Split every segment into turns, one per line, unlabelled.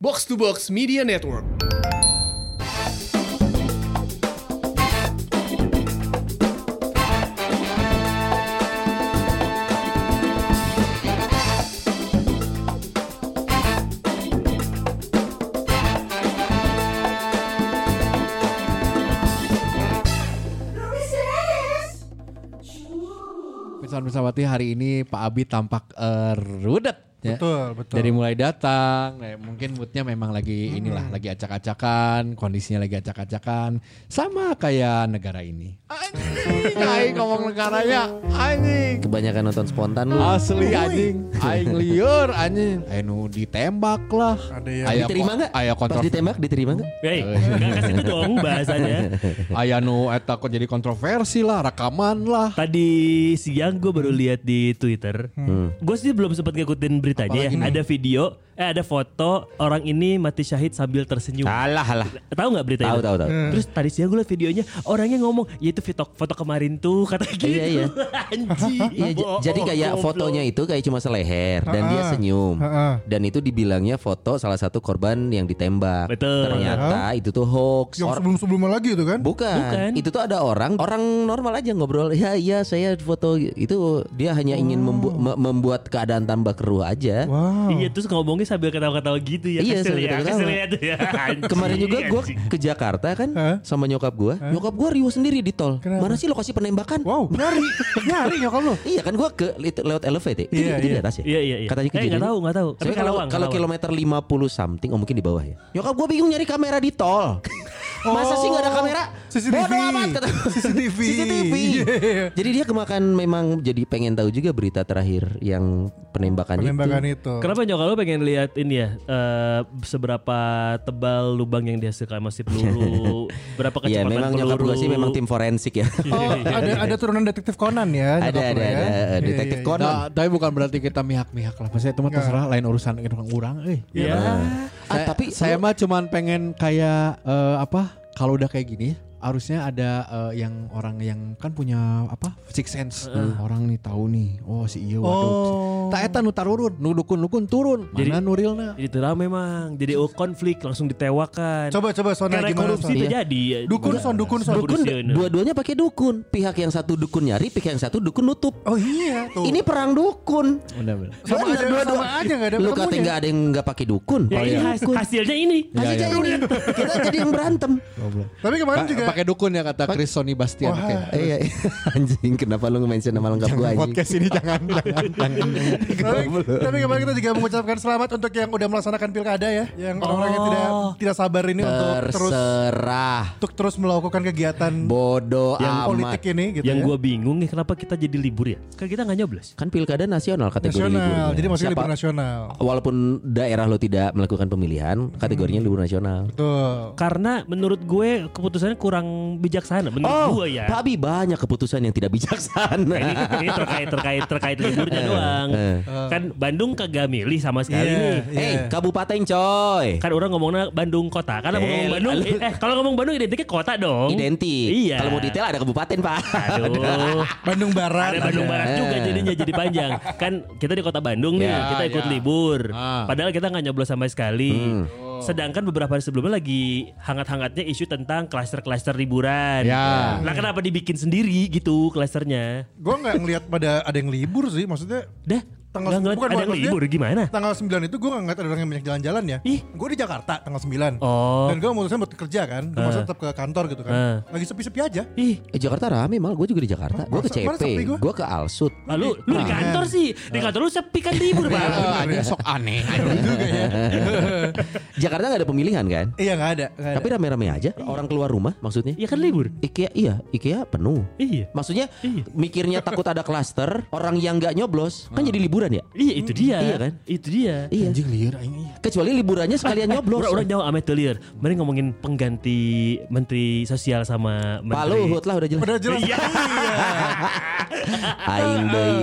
Box to Box Media Network.
Pesawat-pesawati hari ini Pak Abi tampak eh, rudet ya.
Betul, betul.
Dari mulai datang, nah, mungkin moodnya memang lagi inilah, lagi acak-acakan, kondisinya lagi acak-acakan, sama kayak negara ini. Anjing, aing ngomong negaranya, anjing.
Kebanyakan nonton spontan
Ah.
lu.
Asli anjing, aing liur anjing. Ayo nu ditembak lah.
Ada yang-
Aya
diterima
ko-
nggak?
Aya kontrol.
Pas ditembak diterima nggak?
Wey, nggak kasih itu dong bahasanya.
Aya nu eta kok jadi kontroversi lah, rekaman lah.
Tadi siang gue baru lihat di Twitter.
Hmm.
Gue sih belum sempat ngikutin beritanya ya. Ada video, eh ada foto orang ini mati syahid sambil tersenyum.
Alah alah.
Tahu nggak beritanya?
Ah. Tahu, tahu, tahu.
Terus tadi siang gue liat videonya orangnya ngomong, ya itu foto, foto kemarin tuh kata gitu.
Iya, iya.
Anjing.
Iya, j-
bohong,
jadi kayak
goblok. Ah,
fotonya itu kayak cuma seleher dan dia
Ha-ha.
senyum.
Ha-ha.
Dan itu dibilangnya foto salah satu korban yang ditembak.
Betul. Ah.
Ternyata itu tuh hoax.
Yang
Or-
sebelum-sebelumnya lagi itu kan?
Bukan.
Bukan.
Itu tuh ada orang, orang normal aja ngobrol. Ya, iya saya foto itu dia hanya
Oh.
ingin membu- me- membuat keadaan tambah keruh aja.
Wow.
Iya terus ngomongnya sambil ketawa-ketawa gitu ya.
Iya,
kesel
sambil
ya,
ketawa-ketawa.
kesel ya tuh ya. Anjing, iya
Kemarin juga gue
anjing.
ke Jakarta kan
Hah?
sama nyokap gue. Nyokap gue riuh sendiri di tol.
Kenapa?
Mana sih lokasi penembakan?
Wow, nyari. nyari nyokap lu.
Iya kan gue ke itu lewat elevated. Itu di,
Iya,
itu di
iya.
atas ya.
Iya iya iya.
Katanya
eh
kejadian.
nggak tahu nggak tahu. Tapi
Soalnya kalau
Karawang,
kalau
Karawang.
kilometer 50 something oh mungkin di bawah ya. Nyokap gue bingung nyari kamera di tol.
Oh.
Masa sih nggak ada kamera?
CCTV.
Bodoh amat kata.
CCTV.
CCTV.
Iya.
Jadi dia kemakan memang jadi pengen tahu juga berita terakhir yang penembakan,
Penembakan
itu.
itu.
Kenapa nyokap lo pengen lihat ini ya eh, seberapa tebal lubang yang dihasilkan masih peluru, berapa
Iya,
kecepatan
memang
peluru.
nyokap gue sih memang tim forensik ya.
Oh, ada ada turunan detektif Conan ya.
ada
nyokap lu
ada
ya.
ada
Iya,
detektif
iya, iya.
Conan.
Nah, tapi bukan berarti kita mihak-mihak lah. Maksudnya itu mah terserah lain urusan orang-orang. Eh.
Iya.
Ah,
Saya-
tapi
saya mah cuman pengen kayak eh, apa? Kalau udah kayak gini, harusnya ada eh, yang orang yang kan punya apa? Six sense. Nah, Orang nih tahu nih. Oh si iya waduh.
Oh.
Tak eta nu tarurun, nu dukun-dukun turun.
Jadi-
Mana nurilna?
Jadi itu memang jadi
Iya.
oh, konflik langsung ditewakan.
Coba coba Sona
Karena
gimana?
korupsi Iya.
Son?
terjadi.
Dukun, Son, dukun, ya? Son.
dukun dua-duanya pakai dukun. Pihak yang satu dukun nyari, pihak yang satu dukun nutup.
Oh iya tuh.
Ini perang dukun.
Benar-benar.
sama
Bener,
aja
dua-dua.
sama aja enggak ada Iya,
Lu
ketemunya.
kata nggak ada yang nggak pakai dukun.
Oh,
Ya, ini has- hasilnya ini.
Kasih
Iya, iya.
ini. Kita jadi yang berantem.
Goblok.
Tapi kemarin juga
Pa- Pakai dukun ya kata Chris Sony Bastian.
Wah.
Oke. Eh,
Eh, Iya, iya. anjing kenapa lu nge-mention nama lengkap gua anjing?
Podcast ini jangan jangan.
tapi, tapi kemarin kita juga mengucapkan selamat untuk yang udah melaksanakan pilkada ya, yang orang-orang yang tidak
Oh.
tidak sabar ini untuk terus
Terserah.
untuk terus melakukan kegiatan
Bodoh amat.
politik ini gitu
yang
ya.
gue bingung nih kenapa kita jadi libur ya? Kan kita nggak nyoblos.
Kan pilkada nasional kategori
nasional.
liburnya.
Jadi maksudnya libur
Siapa-
nasional.
Walaupun daerah lo tidak melakukan pemilihan,
Hmm.
kategorinya libur nasional.
Betul.
Karena menurut gue keputusannya kurang bijaksana. Menurut
Oh,
gue ya. Nah,
Pak Abi banyak keputusan yang tidak
Ini, kan-
bijaksana.
ini terkait terkait terkait
Eh.
liburnya doang. Kan Bandung kagak milih sama sekali
Iya,
nih.
iya.
Eh, kabupaten coy.
Kan orang ngomongnya Bandung kota. Karena mau
Eh,
ngomong Bandung,
lalu-
eh kalau ngomong Bandung identiknya kota dong.
Identik.
Iya.
Kalau mau detail ada kabupaten, Pak.
Aduh.
Bandung Barat.
Ada Bandung Barat juga
Eh.
jadinya jadi panjang. Kan kita di kota Bandung nih,
Ya,
kita ikut
ya.
libur.
Ah.
Padahal kita nggak nyoblos sama sekali.
Hmm.
Sedangkan beberapa hari sebelumnya lagi hangat-hangatnya isu tentang klaster-klaster liburan.
Ya.
Nah kenapa dibikin sendiri gitu klasternya?
Gue nggak ngelihat pada ada yang libur sih, maksudnya
Dah, nggak
Tanggal-
ngeliat
bukan, ya?
ada
bukan,
yang
maksudnya-
libur gimana?
tanggal 9 itu gue nggak ngeliat ada orang yang banyak jalan-jalan ya.
Ih.
Gue di Jakarta tanggal 9
Oh.
Dan gue memutuskan buat kerja kan, gue masuk tetap ke kantor gitu kan.
Eh.
Lagi sepi-sepi aja.
Ih,
Eh, Jakarta rame mal, gue juga di Jakarta. Gue ke
Masa- mana
CP,
sepi gua?
gue ke Alsut.
lalu lu
Nah.
di kantor sih, di kantor lu sepi kan libur bang.
Iya.
Ada sok aneh.
Jakarta nggak ada pemilihan kan?
Iya nggak ada. nggak ada.
Tapi rame-rame aja. Orang keluar rumah maksudnya.
Iya kan libur.
IKEA iya, IKEA penuh.
Iya.
Maksudnya
Iya.
mikirnya takut ada klaster, orang yang nggak nyoblos kan jadi liburan ya?
Iya itu dia.
Iya kan?
Itu dia. Eh,
Iya.
Anjing liar aing iya.
Kecuali liburannya sekalian nyoblos.
Orang-orang jauh amat telir. Mari ngomongin pengganti menteri sosial sama
Pak
menteri.
Luhut lah udah jelas.
Udah jelas.
Iya.
Aing deui.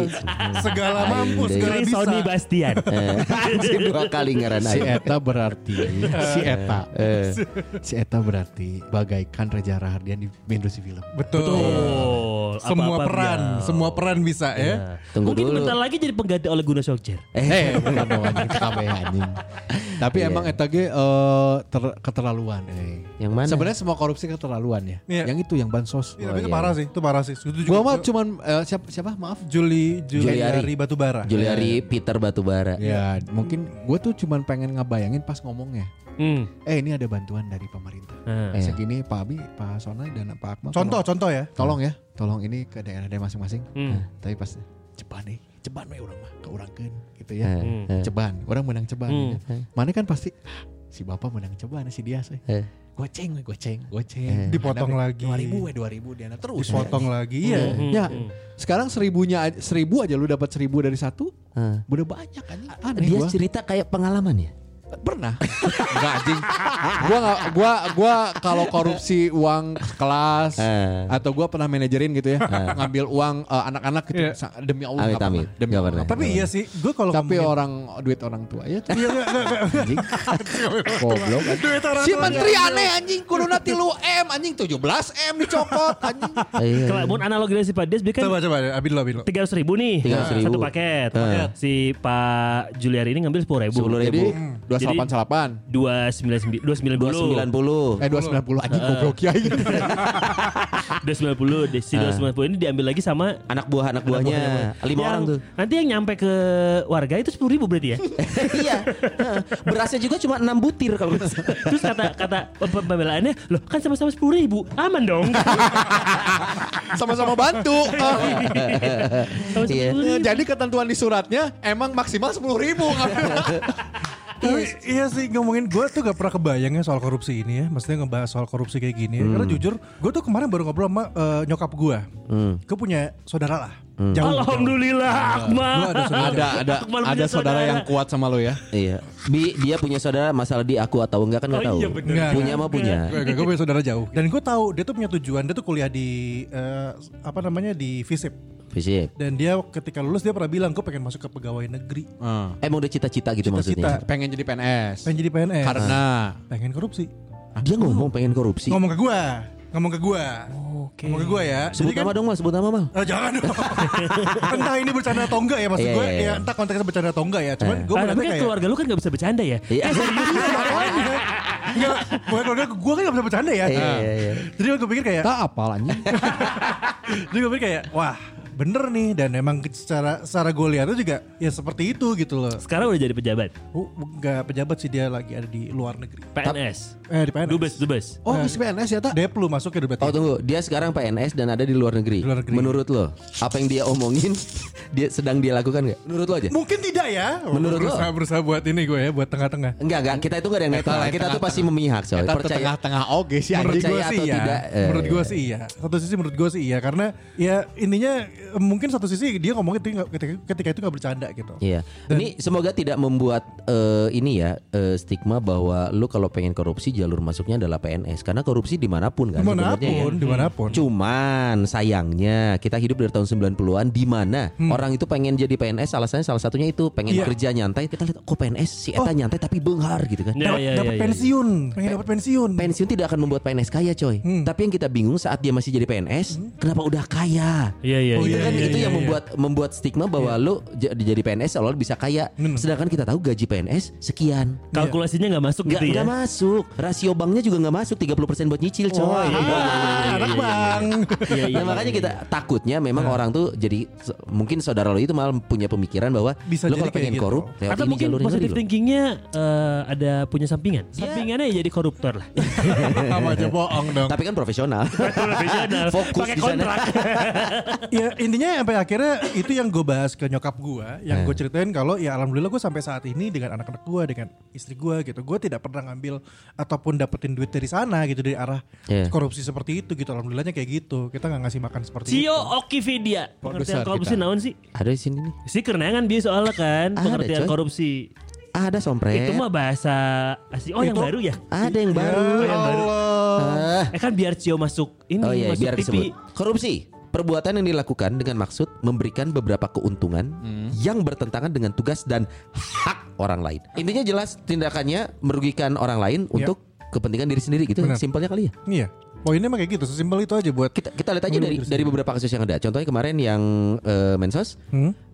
Segala
Aing
mampu,
deui.
segala
Iya, Ini
bisa.
Sony Bastian.
Eh, anjing, dua kali ngaran
Si
aing.
eta berarti si
Eh.
Eta. si Eta berarti bagaikan Reza Rahardian di industri film.
Betul.
Betul.
Semua
Apa-apa
peran,
beliau.
semua peran bisa
Iya.
ya.
Nah,
Tunggu
Mungkin
dulu.
bentar lagi jadi pengganti oleh Guna Sokjer.
Eh, bukan dong anjing, kabeh anjing. Tapi
Iya.
emang Eta ge eh, ter- keterlaluan. eh.
Yang mana?
Sebenarnya semua korupsi keterlaluan ya.
Iya.
Yang itu yang bansos.
Iya, tapi itu parah sih, itu parah sih. Itu juga
Gua mah cuman eh, siapa siapa maaf.
Juli Juli
Juliari.
dari Batubara.
Juliari Peter Batubara.
Ya, mungkin gue tuh cuman pengen ngebayangin pas ngomongnya.
Hmm.
Eh, ini ada bantuan dari pemerintah.
Nah.
Segini Pak Abi, Pak Sona dan Pak Akmal.
Contoh, contoh ya.
tolong ya tolong ini ke daerah-daerah masing-masing Nah,
Hmm.
tapi pas ceban nih ceban we orang mah ke orang gitu ya
Hmm. Hmm.
ceban orang menang ceban
Hmm.
ya. mana kan pasti "Ah, si bapak menang ceban si dia sih
Eh.
goceng we goceng goceng
Dipotong lagi.
dua ribu we dua ribu dia terus
Dipotong lagi. Iya.
Hmm.
ya sekarang seribunya aj- seribu aja lu dapat seribu dari satu
Hmm.
udah banyak kan aneh
Dia
gua.
cerita kayak pengalaman ya.
Pernah. Enggak anjing. Gua nggak- gua gua kalau korupsi uang kelas
Eh.
atau gua pernah manajerin gitu ya, ngambil uang eh, anak-anak gitu
Iya.
sa- demi Allah
Amit,
nggak pernah.
amit.
Demi
Nggak
Allah.
pernah.
Tapi iya sih, gue kalau
Tapi
ngomongin-
orang duit orang tua ya
Iya, enggak, enggak, enggak.
anjing. Goblok.
Duit orang
Si
tua.
menteri aneh anjing kuduna tilu M anjing 17 M dicokot anjing.
Iya.
Kalau analog dari si Pak Des, dia kan
Coba coba Abid lo Abid lo.
tiga ratus ribu nih
300.000.
satu paket. Si Pak Juliari ini ngambil sepuluh ribu.
Sepuluh
Jadi
ribu.
288
Dua sembilan sembilan dua sembilan
Dua sembilan puluh.
Eh 290 anjing goblok ya.
Ah, dua sembilan puluh. Si dua sembilan puluh ini diambil lagi sama
Anak buah anak Ah. buahnya lima
yang-
orang tuh.
Nanti yang nyampe ke warga itu sepuluh ribu berarti ya.
iya. Heeh. Berasnya juga cuma enam butir kalau nggak salah.
Terus kata kata pem- pembelaannya, loh kan sama-sama sepuluh ribu, aman dong.
Sama-sama bantu. Ah.
Sama-sama
Iya.
10.000.
Eh, Jadi ketentuan di suratnya emang maksimal 10 ribu.
Tapi iya sih ngomongin gue tuh gak pernah kebayangnya soal korupsi ini ya Maksudnya ngebahas soal korupsi kayak gini
Hmm.
ya Karena jujur gue tuh kemarin baru ngobrol sama eh, nyokap gue Gue punya saudara lah Jauh,
Hmm.
Iya.
Alhamdulillah, Akmal.
Gua ada saudara.
ada ada
Akmal punya
ada saudara yang kuat sama lo ya.
Iya. Bi- dia punya saudara masalah di aku atau enggak kan enggak
Oh,
tahu.
iya, bener.
Nggak,
punya mah punya.
Gue punya saudara jauh Dan gue tahu dia tuh punya tujuan Dia tuh kuliah di eh, Apa namanya di FISIP
Fisik.
Dan dia ketika lulus dia pernah bilang Gue pengen masuk ke pegawai negeri
Emang udah cita-cita gitu maksudnya.
Cita-cita
Pengen jadi PNS.
Pengen jadi PNS
Karena
Pengen korupsi
Dia ngomong pengen korupsi.
Ngomong ke gue Ngomong ke gue
Oke.
Ngomong ke gue ya Jadi
Sebut
kan-
nama dong mas, sebut nama bang.
Eh, jangan dong. entah ini bercanda atau enggak ya maksud
Iya,
gue.
iya,
Ya
iya.
entah konteksnya bercanda atau enggak ya. Cuman gue
Ah, tapi
melihatnya
kan
kayak
keluarga lu kan gak bisa bercanda ya.
Iya.
Eh, Enggak, bukan keluarga gue kan gak bisa bercanda ya.
Iya, iya, iya.
Jadi gue pikir kayak,
tak apal anjing.
jadi gue pikir kayak, wah bener nih dan emang secara secara gue lihat tuh juga ya seperti itu gitu loh.
Sekarang udah jadi pejabat.
Oh, Enggak pejabat sih dia lagi ada di luar negeri.
PNS.
Eh di PNS.
Dubes, dubes.
Oh, masih PNS ya, tak?
Deplu masuk ya berarti.
Oh tunggu, dia sekarang PNS dan ada di luar negeri.
Di luar negeri.
Menurut lo, apa yang dia omongin, dia sedang dia lakukan nggak? Menurut lo aja?
Mungkin tidak ya.
Menurut lo?
berusaha, berusaha buat ini gue ya, buat tengah-tengah.
Enggak enggak, kita itu nggak ada yang netral.
Netral,
Kita tuh
netral.
pasti memihak soalnya.
Kita tuh
Percaya.
tengah-tengah oge sih
menurut
anjing.
gue
percaya
sih
atau
iya.
tidak, eh.
menurut gue sih iya. Satu sisi menurut gue sih iya karena ya intinya eh, mungkin satu sisi dia ngomongnya itu nggak- ketika, ketika itu nggak bercanda gitu.
Iya. Ini semoga tidak membuat eh, ini ya eh, stigma bahwa lu kalau pengen korupsi jalur masuknya adalah PNS karena korupsi dimanapun kan. sebenarnya ya.
Dimanapun, dimanapun.
Cuman sayangnya kita hidup dari tahun 90-an di mana orang itu pengen jadi PNS alasannya salah satunya itu pengen
Hmm. Iya. Oh.
kerja nyantai. Kita lihat kok PNS si eta nyantai tapi benghar gitu kan.
Ya,
Dapat
ya,
dapat
ya, ya.
pensiun, pengen dapat pensiun.
Pensiun tidak akan membuat PNS kaya coy.
Hmm.
Tapi yang kita bingung saat dia masih jadi PNS, kenapa udah kaya?
Iya, iya,
itu
Hmm. iya,
kan itu
iya, iya,
yang
iya.
membuat membuat stigma bahwa lu j- jadi PNS seolah bisa kaya. Sedangkan kita tahu gaji PNS sekian.
Kalkulasinya nggak masuk
Nggak
gitu ya.
nggak masuk. Rasio banknya juga nggak masuk 30% buat nyicil, coy.
anak bang.
Iya, iya,
Nah, makanya
iya.
kita takutnya memang orang tuh jadi se- mungkin saudara lo itu malah punya pemikiran bahwa
Bisa
lo
jadi
kalau
kayak
pengen
gitu.
korup lewat
Atau
ini
mungkin
jalurnya
positive
tadi lo.
thinkingnya eh, ada punya sampingan. Sampingannya ya jadi koruptor lah.
Sama aja bohong dong.
Tapi kan profesional.
Profesional.
Fokus
Pakai
di sana.
kontrak.
ya intinya sampai akhirnya itu yang gue bahas ke nyokap gue yang
Eh.
gue ceritain kalau ya alhamdulillah gue sampai saat ini dengan anak-anak gue dengan istri gue gitu gue tidak pernah ngambil ataupun dapetin duit dari sana gitu dari arah
Iya.
korupsi seperti itu gitu alhamdulillahnya kayak gitu kita nggak ngasih makan seperti
Cio
itu
Gitu.
Okividia. Pengertian
Produser
korupsi
kita.
naon sih?
Ada di sini nih.
Si kerenangan dia soalnya kan
Ada,
pengertian
coy.
korupsi.
Ah, ada sompret.
Itu mah bahasa asli. Oh yang baru ya?
Ada yang
Ya
baru.
yang baru.
Allah.
Iya. Ah.
Eh kan biar Cio masuk ini
Oh iya,
masuk
biar
TV.
disebut. Korupsi. Perbuatan yang dilakukan dengan maksud memberikan beberapa keuntungan yang bertentangan dengan tugas dan hak orang lain. Intinya jelas tindakannya merugikan orang lain untuk kepentingan diri sendiri gitu.
Benar.
Simpelnya kali ya.
Iya. Poinnya emang kayak gitu, sesimpel itu aja buat
Kita kita lihat aja dari dari beberapa kasus yang ada. Contohnya kemarin yang eh, Mensos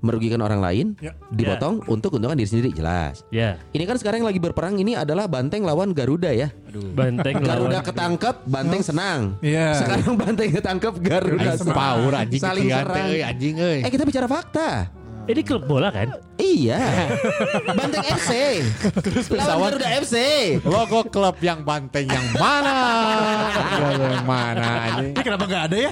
merugikan orang lain
Ya.
dipotong untuk keuntungan diri sendiri jelas.
Ya,
Ini kan sekarang yang lagi berperang ini adalah banteng lawan Garuda ya.
banteng
Garuda
lawan-
ketangkep, banteng senang.
Iya.
Sekarang banteng ketangkep, Garuda
Aing
senang.
sepaur anjing
Saling
ketiga
serang.
teh, anjing euy.
Eh kita bicara fakta.
Ini klub bola kan?
Iya. Banteng FC. Lawan Garuda FC.
Hmm.
Logo klub yang banteng yang mana? Logo yang mana anjing?
Ini kenapa gak ada ya?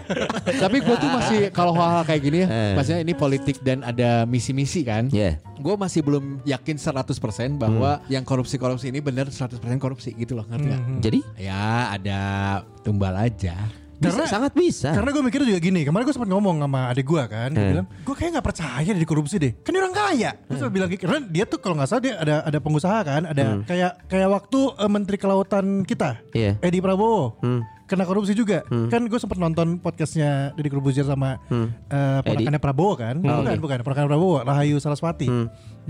Tapi gue tuh masih kalau hal-hal kayak gini ya,
Eh.
maksudnya ini politik dan ada misi-misi kan.
Ya.
Gue masih belum yakin 100%
Hmm.
bahwa yang korupsi-korupsi ini benar 100% korupsi gitu loh, ngerti nggak?
Jadi
Ya ada tumbal aja.
bisa, sangat bisa.
Karena gue mikir juga gini, kemarin gue sempat ngomong sama adik gue kan, dia bilang, gue kayak nggak percaya dia korupsi deh, kan dia orang kaya. Terus gue bilang, kayak- karena dia tuh kalau nggak salah dia ada ada pengusaha kan, ada kayak kayak waktu eh, Menteri Kelautan kita,
Iya.
Edi Prabowo, kena korupsi juga. Kan gue sempat nonton podcastnya Deddy Corbuzier sama eh, ponakannya Prabowo kan, bukan bukan ponakan Prabowo, Rahayu Saraswati,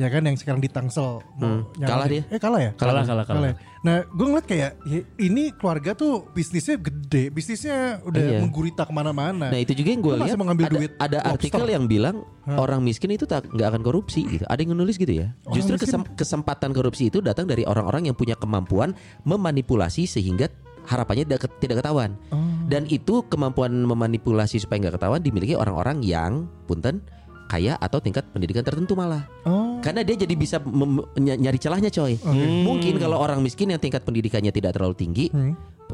ya kan yang sekarang di Tangsel. mau nyalonin.
Kalah dia?
Eh kalah ya?
Kalah, kalah, kalah.
ya. Nah gue ngeliat kayak ya, ini keluarga tuh bisnisnya gede, bisnisnya udah
Iya.
menggurita
Nah
kemana-mana.
itu juga yang gue
Lu masih
lihat
mau ngambil
ada,
duit
ada
lobster.
artikel yang bilang orang miskin itu tak nggak akan korupsi gitu. Ada yang nulis gitu ya.
Orang
Justru
miskin.
kesem- kesempatan korupsi itu datang dari orang-orang yang punya kemampuan memanipulasi sehingga harapannya tidak, ke- tidak ketahuan.
Oh.
Dan itu kemampuan memanipulasi supaya nggak ketahuan dimiliki orang-orang yang punten kaya atau tingkat pendidikan tertentu malah.
Oh. Hmm.
Karena dia jadi bisa mem- ny- nyari celahnya coy. Mungkin kalau orang miskin yang tingkat pendidikannya tidak terlalu tinggi,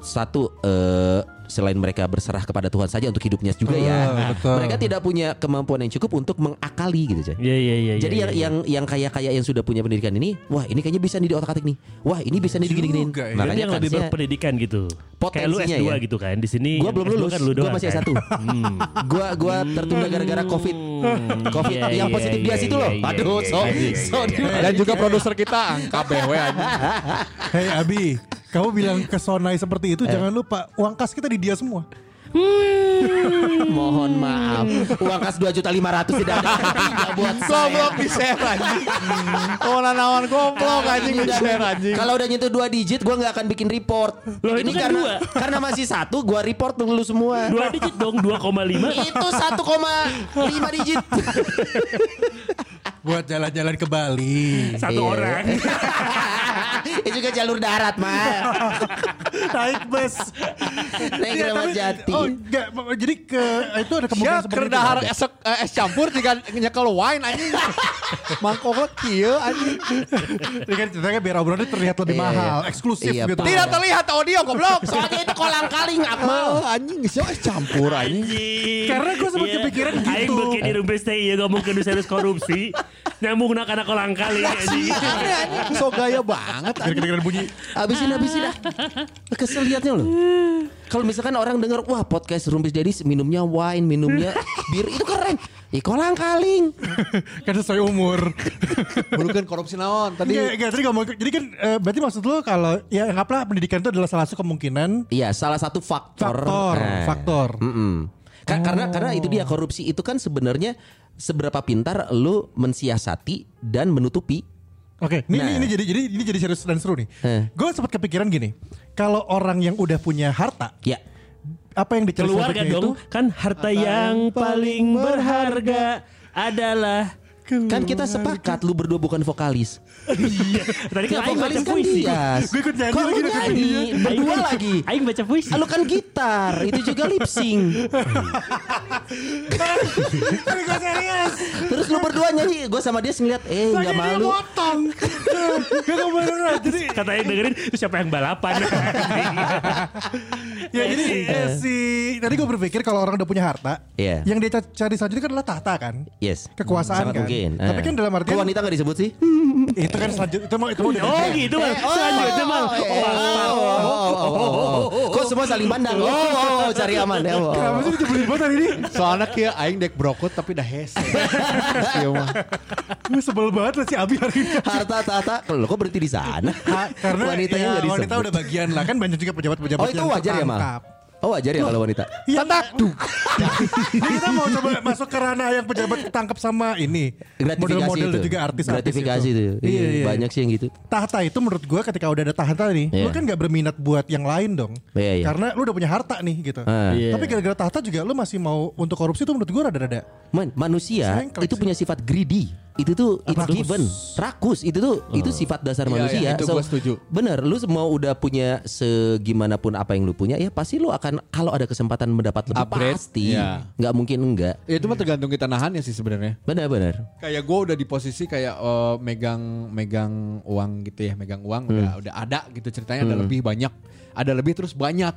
satu eh, selain mereka berserah kepada Tuhan saja untuk hidupnya juga ya.
Ah, betul.
Mereka tidak punya kemampuan yang cukup untuk mengakali gitu coy.
Iya, iya, iya.
Jadi
iya,
yang
iya.
yang yang kaya-kaya yang sudah punya pendidikan ini, wah ini kayaknya bisa nih diotak-atik nih. Wah, ini bisa nih digini-giniin.
Juga ya.
Jadi
Makanya
yang iya. lebih
kansnya-
berpendidikan gitu. Kayak lu
kan Potensinya
S2
ya.
gitu kan. Di sini
Gua
yang
belum
S2
lulus.
kan lu
Gua
doang
masih
kan?
S1. gua gua tertunda gara-gara Covid. Covid
Iya,
yang
iya,
positif
iya,
bias itu
iya,
loh.
iya,
Aduh,
iya,
so,
iya, iya,
so
iya, iya.
Dan juga produser kita angka BW anjing.
Hei Abi, kamu bilang ke Sonai seperti itu
Eh.
jangan lupa uang kas kita di dia semua.
Mohon maaf. Uang kas 2 juta 500 tidak ada artinya buat saya.
Goblok di share anjing. Kawan-kawan goblok anjing di share anjing.
Kalau udah nyentuh dua digit gua nggak akan bikin report.
Loh,
ini
itu kan
karena
dua.
karena masih satu gua report dulu semua.
Dua digit dong, 2,5.
Itu 1,5 digit.
Buat jalan-jalan ke Bali.
Satu
Iya.
orang.
Itu juga jalur darat,
Iya,
mah.
Naik bus.
Naik
Iya,
lewat
tapi-
jati.
Oh, enggak, mak- jadi ke itu ada
Ya
kemungkinan seperti itu.
kerdahar esek eh, es campur jika nyekel wine anjing. Mangkok lo kieu anjing.
Ini kan ceritanya biar obrolannya terlihat lebih
Iya,
mahal,
iya.
eksklusif
Iya,
gitu.
Pak.
Tidak terlihat audio goblok.
Soalnya itu kolang kaling
Oh,
Akmal.
anjing isinya es campur anjing.
Karena gua sempat kepikiran
Iya. Aing
gitu.
beuki di rumpis teh ieu ngomong ke serius korupsi. Nyambung nak anak kolang kali anjing.
Aneh anjing so gaya banget
Biar
anjing.
kedengeran bunyi.
Habisin habisin ah. Kesel liatnya loh. Kalau misalkan orang dengar wah podcast Rumpis Dadis minumnya wine, minumnya bir itu keren. Ih kolang kaling.
Kan sesuai umur.
Bukan korupsi naon tadi.
Enggak, enggak, tadi ngomong. Jadi kan eh, berarti maksud lo kalau ya yang apalah pendidikan itu adalah salah satu kemungkinan
Iya, salah satu faktor.
faktor,
Nah.
faktor.
Mm-mm. Ka- Karena
Oh.
karena itu dia korupsi itu kan sebenarnya seberapa pintar lu mensiasati dan menutupi.
Oke, ini,
Nah.
ini ini jadi jadi ini jadi serius dan seru nih.
Eh.
Gue sempat kepikiran gini, kalau orang yang udah punya harta,
Ya.
apa yang dicari
Keluarga
selanjutnya
dong. Kan harta yang paling berharga adalah
Kan kita sepakat lu berdua bukan vokalis.
Iya. Tadi kan
Ya,
Aing baca
vokalis kan
puisi.
dia.
Gua ikut nyanyi
Kok lu
lagi dong, ikut
nyanyi?
dia.
Berdua
Aing-
lagi.
Aing baca puisi.
Ah, lu kan gitar, itu juga lip sync.
Gue serius.
Terus lu berdua nyanyi, gue sama dia ngeliat, eh
Lagi
nggak
dia
malu.
Potong. Gak kebenaran. Jadi
Kata Aing dengerin terus siapa yang balapan.
ya jadi eh, si tadi gue berpikir kalau orang udah punya harta,
Iya.
yang dia ca- cari selanjutnya kan adalah tahta kan.
Yes.
Kekuasaan
Sangat
kan.
mungkin.
Tapi
eh.
kan dalam artian
Kok wanita gak disebut sih?
itu kan selanjutnya itu mau itu mau jadi-
Oh gitu Bang. Selanjutnya Bang.
Oh,
eh. Kok semua saling pandang? Oh, oh, oh, cari aman ya. oh.
Kenapa sih dijebelin banget hari ini?
Soalnya kieu aing dek brokot tapi dah hese. Kieu mah.
Gue sebel banget lah si Abi hari ini.
Harta tata, kalau kok berhenti di sana?
Ah, karena
wanitanya
ya,
nggak disebut.
wanita udah bagian lah kan banyak juga pejabat-pejabat
Oh itu
yang
wajar ya mal?
tertangkap.
Oh wajar ya kalau wanita.
Tatak. Duh.
Ini Nah, kita mau coba masuk ke ranah yang pejabat ketangkep sama ini.
Gratifikasi
Model-model
itu.
dan juga artis-artis
Gratifikasi itu.
Iya,
Iya,
iya.
Banyak sih yang gitu.
Tahta itu menurut gua ketika udah ada tahta nih,
Iya.
lu kan nggak berminat buat yang lain dong.
Iya, iya.
Karena lu udah punya harta nih gitu.
Ah.
Iya.
Tapi gara-gara tahta juga lu masih mau untuk korupsi itu menurut gua rada-rada.
Man, manusia
Sengklek
itu
sih.
punya sifat greedy. Itu tuh it's given. Rakus itu tuh itu sifat dasar
Iya,
manusia.
iya, itu gua setuju.
Bener, lu mau udah punya segimana pun apa yang lu punya ya pasti lu akan kalau ada kesempatan mendapat lebih
Upgrade,
pasti.
iya.
Nggak mungkin enggak.
Ya, itu mah tergantung kita nahannya sih sebenarnya.
Benar-benar.
Kayak gue udah di posisi kayak eh, megang megang uang gitu ya, megang uang udah
Hmm.
udah ada gitu ceritanya ada lebih banyak, ada lebih terus banyak.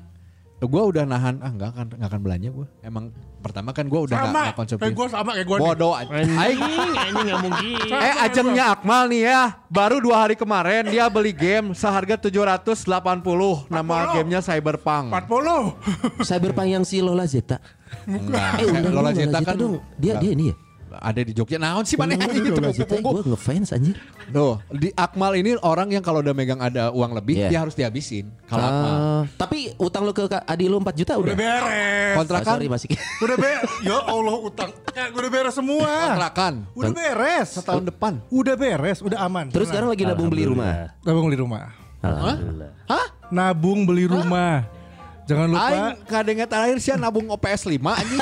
Gue udah nahan ah nggak akan nggak akan belanja gue. Emang pertama kan gue udah nggak nggak konsumtif.
Kayak gua sama kayak gua. nih.
Bodoh.
Anjing,
Aing
anjing gitu. nggak mungkin.
Eh ajangnya Akmal nih ya Baru dua hari kemarin Dia beli game Seharga 780 Nama gamenya Cyberpunk
40.
Cyberpunk yang si Lola Zeta.
Enggak
Eh, undang
Lola
dong
Zeta kan
dong. Dia dia ini ya.
Ada di Jogja Nah sih mana
Undang
anjing
dong
itu
Lola Zeta,
punggung
gue ngefans anjir.
Loh Di Akmal ini orang yang kalau udah megang ada uang lebih
Iya.
Dia harus dihabisin Kalau Akmal
Ah, tapi utang lu ke Kak Adi lu 4 juta
Udah
udah.
beres.
Ah,
Kontrakan
sorry masih.
Udah beres. Ya Allah utang. Kayak gua udah beres semua.
Kontrakan
Udah beres.
Tahun depan
Udah beres, udah aman.
Terus sekarang lagi nabung beli rumah.
nabung beli rumah.
Alhamdulillah.
Hah?
Nabung beli rumah. Jangan lupa
Aing kadangnya terakhir sih nabung OPS 5 anjing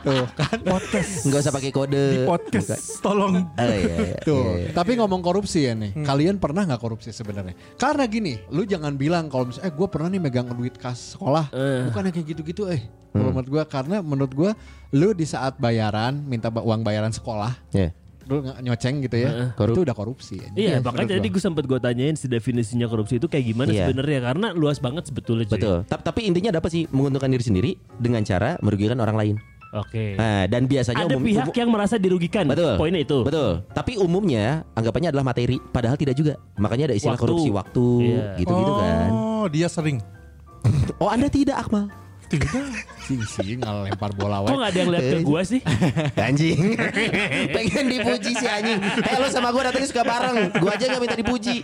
Tuh kan
podcast
Enggak usah pakai kode.
di podcast. Tolong.
Ah, iya, iya.
Tuh. Tapi ngomong korupsi ya nih. Kalian pernah nggak korupsi sebenarnya? Karena gini, lu jangan bilang kalau misalnya eh gue pernah nih megang duit kas sekolah. Bukan yang kayak gitu-gitu eh.
Hmm.
Kalau menurut gue karena menurut gue lu di saat bayaran minta ba- uang bayaran sekolah
Iya.
lu nge- nyoceng gitu ya.
Eh. Korup.
Itu udah korupsi. anjing.
Iya,
menurut
makanya tadi
gua.
gue sempet gue tanyain si definisinya korupsi itu kayak gimana
Iya.
sebenarnya karena luas banget sebetulnya. cuy.
Betul. Ta- Tapi intinya dapat sih menguntungkan diri sendiri dengan cara merugikan orang lain.
Oke.
Nah, dan biasanya
Iya. Ada
umum-
pihak
umum-
yang merasa dirugikan.
betul.
Poinnya itu.
Betul. Tapi umumnya anggapannya adalah materi, padahal tidak juga. Makanya ada istilah
Waktu.
korupsi waktu
Iya.
gitu-gitu kan.
Oh, dia sering. Gitu.
Oh, Anda tidak Akmal.
Tidak.
sing sing lempar bola
Kok
wae.
nggak ada yang lihat ke gue sih?
Anjing. Pengen dipuji si anjing. Eh lo sama gua datangnya suka bareng. Gua aja gak minta dipuji.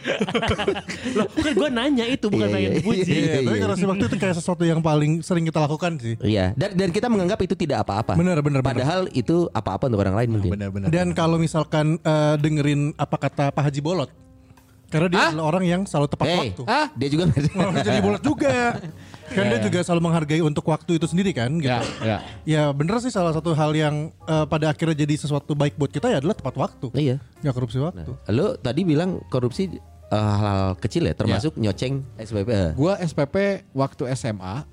Loh, kan gue nanya itu bukan
Iya,
pengen
iya,
dipuji.
iya.
Iya, tapi korupsi waktu itu kayak sesuatu yang paling sering kita lakukan sih.
Iya, dan, dan kita menganggap itu tidak apa-apa.
Benar, benar, benar.
Padahal itu apa-apa untuk orang lain mungkin.
Benar-benar.
Dan kalau misalkan eh, dengerin apa kata Pak Haji Bolot. Karena dia adalah orang yang selalu tepat
Hey,
waktu.
ah, dia juga
Oh, jadi bolot juga.
Iya,
Kan dia juga selalu menghargai untuk waktu itu sendiri kan gitu.
ya, ya.
Ya bener sih salah satu hal yang eh, pada akhirnya jadi sesuatu baik buat kita ya adalah tepat waktu.
Iya.
Nggak korupsi waktu.
Lo tadi bilang korupsi eh, hal-hal kecil ya, termasuk
Iya.
nyoceng SPP. eh.
Gua SPP waktu SMA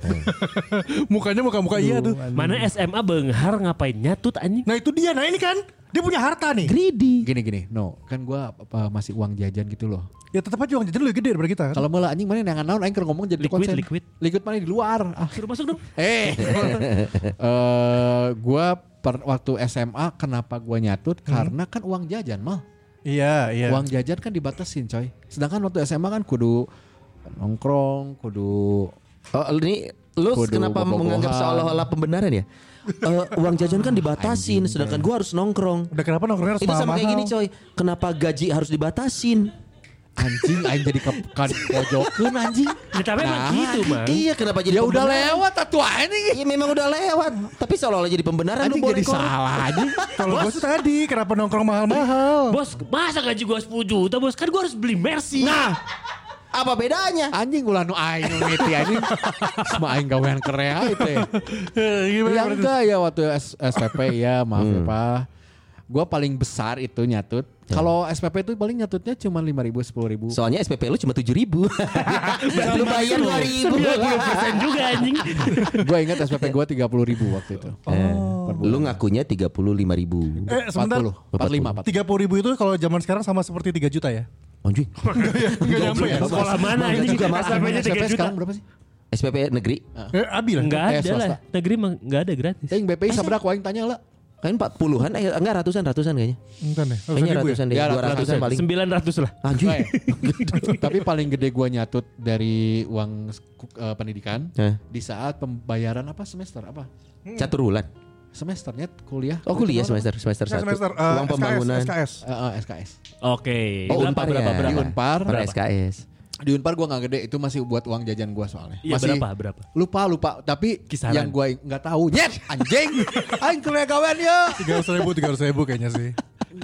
Mukanya muka-muka iya tuh.
Mana SMA benghar ngapain nyatut anjing?
Nah itu dia. Nah ini kan dia punya harta nih.
Greedy.
gini-gini. No, kan gua apa, masih uang jajan gitu loh.
Ya tetap aja uang jajan lebih gede daripada kita. kan?
Kalau malah anjing mana yang naon aing keur ngomong jadi
Liquid,
konsen.
liquid.
Liquid mana di luar. Ah.
Suruh masuk dong.
Eh, eh, gua per, waktu SMA kenapa gua
Hmm.
nyatut? Karena kan uang jajan mal.
Iya
Ya.
iya.
Uang jajan kan dibatasin coy. Sedangkan waktu SMA kan kudu nongkrong, kudu
Oh, ini lo
Kudu
kenapa
bobogohan.
menganggap seolah-olah pembenaran ya? Eh, uang jajan kan dibatasin, sedangkan gua harus nongkrong.
Udah kenapa nongkrongnya harus
Itu sama kayak
mahal-mahal?
gini coy, kenapa gaji harus dibatasin?
anjing aing jadi ke kan pojokeun anjing.
Ya, tapi emang gitu, Mang.
Iya kenapa jadi
Ya udah
pembenaran?
lewat tatu anjing.
Iya memang udah lewat, tapi seolah-olah jadi pembenaran lu
Anu
Anjing
boleh
jadi
korupsi.
salah anjing.
Kalau gue sih tadi kenapa nongkrong mahal-mahal?
Bos, masa gaji gue 10 juta, Bos? Kan gue harus beli Mercy.
Nah, apa bedanya?
Anjing ulah nu aing nu ngiti anjing. Sama aing gawean kerea itu. ya.
Iya,
Ya
Eh, Gimana?
enggak ya waktu S- SPP ya maaf
Hmm.
ya Pak. Gue paling besar itu nyatut. Kalau SPP itu paling nyatutnya cuma 5 ribu, 10 ribu.
Soalnya SPP lu cuma tujuh ribu, lu bayar dua ribu.
90% juga anjing.
gue ingat SPP gue 30 ribu waktu itu.
Eh, Lu ngakunya tiga puluh lima ribu.
Eh sebentar.
40, 45, 40.
Tiga puluh ribu itu kalau zaman sekarang sama seperti 3 juta ya?
Anjing,
Enggak nyampe ya?
Sekolah mana anjing?
juga, Mang.
SMP-nya 3
SPP
juta.
sekarang berapa sih?
SPP negeri
Eh, abi lah.
Enggak
Eh,
ada lah.
swasta.
Negeri mah enggak ada gratis.
Ting BPI sabrak aing tanya lah.
kan empat puluhan, eh enggak ratusan ratusan kayaknya.
Bentar deh.
Kayaknya
ribu ya?
ratusan deh,
Ya,
dua ratusan paling.
900 lah.
Anjing,
Eh, Tapi paling gede gue nyatut dari uang eh, pendidikan
Eh.
di saat pembayaran apa semester apa?
catur bulan.
Semesternya kuliah.
Oh kuliah semester semester
Saya
satu.
semester eh,
Uang
SKS,
pembangunan.
SKS.
Eh, eh, SKS.
Oke.
Oh,
berapa
Unpar ya.
berapa
Di
berapa?
Unpar
Orang SKS.
Di Unpar gue nggak gede itu masih buat uang jajan gue soalnya.
Iya,
masih
berapa, berapa?
Lupa lupa tapi
Kisaran.
yang gue nggak tahu. Nyet anjing. Aing kena kawan ya.
tiga ratus ribu tiga ratus ribu kayaknya sih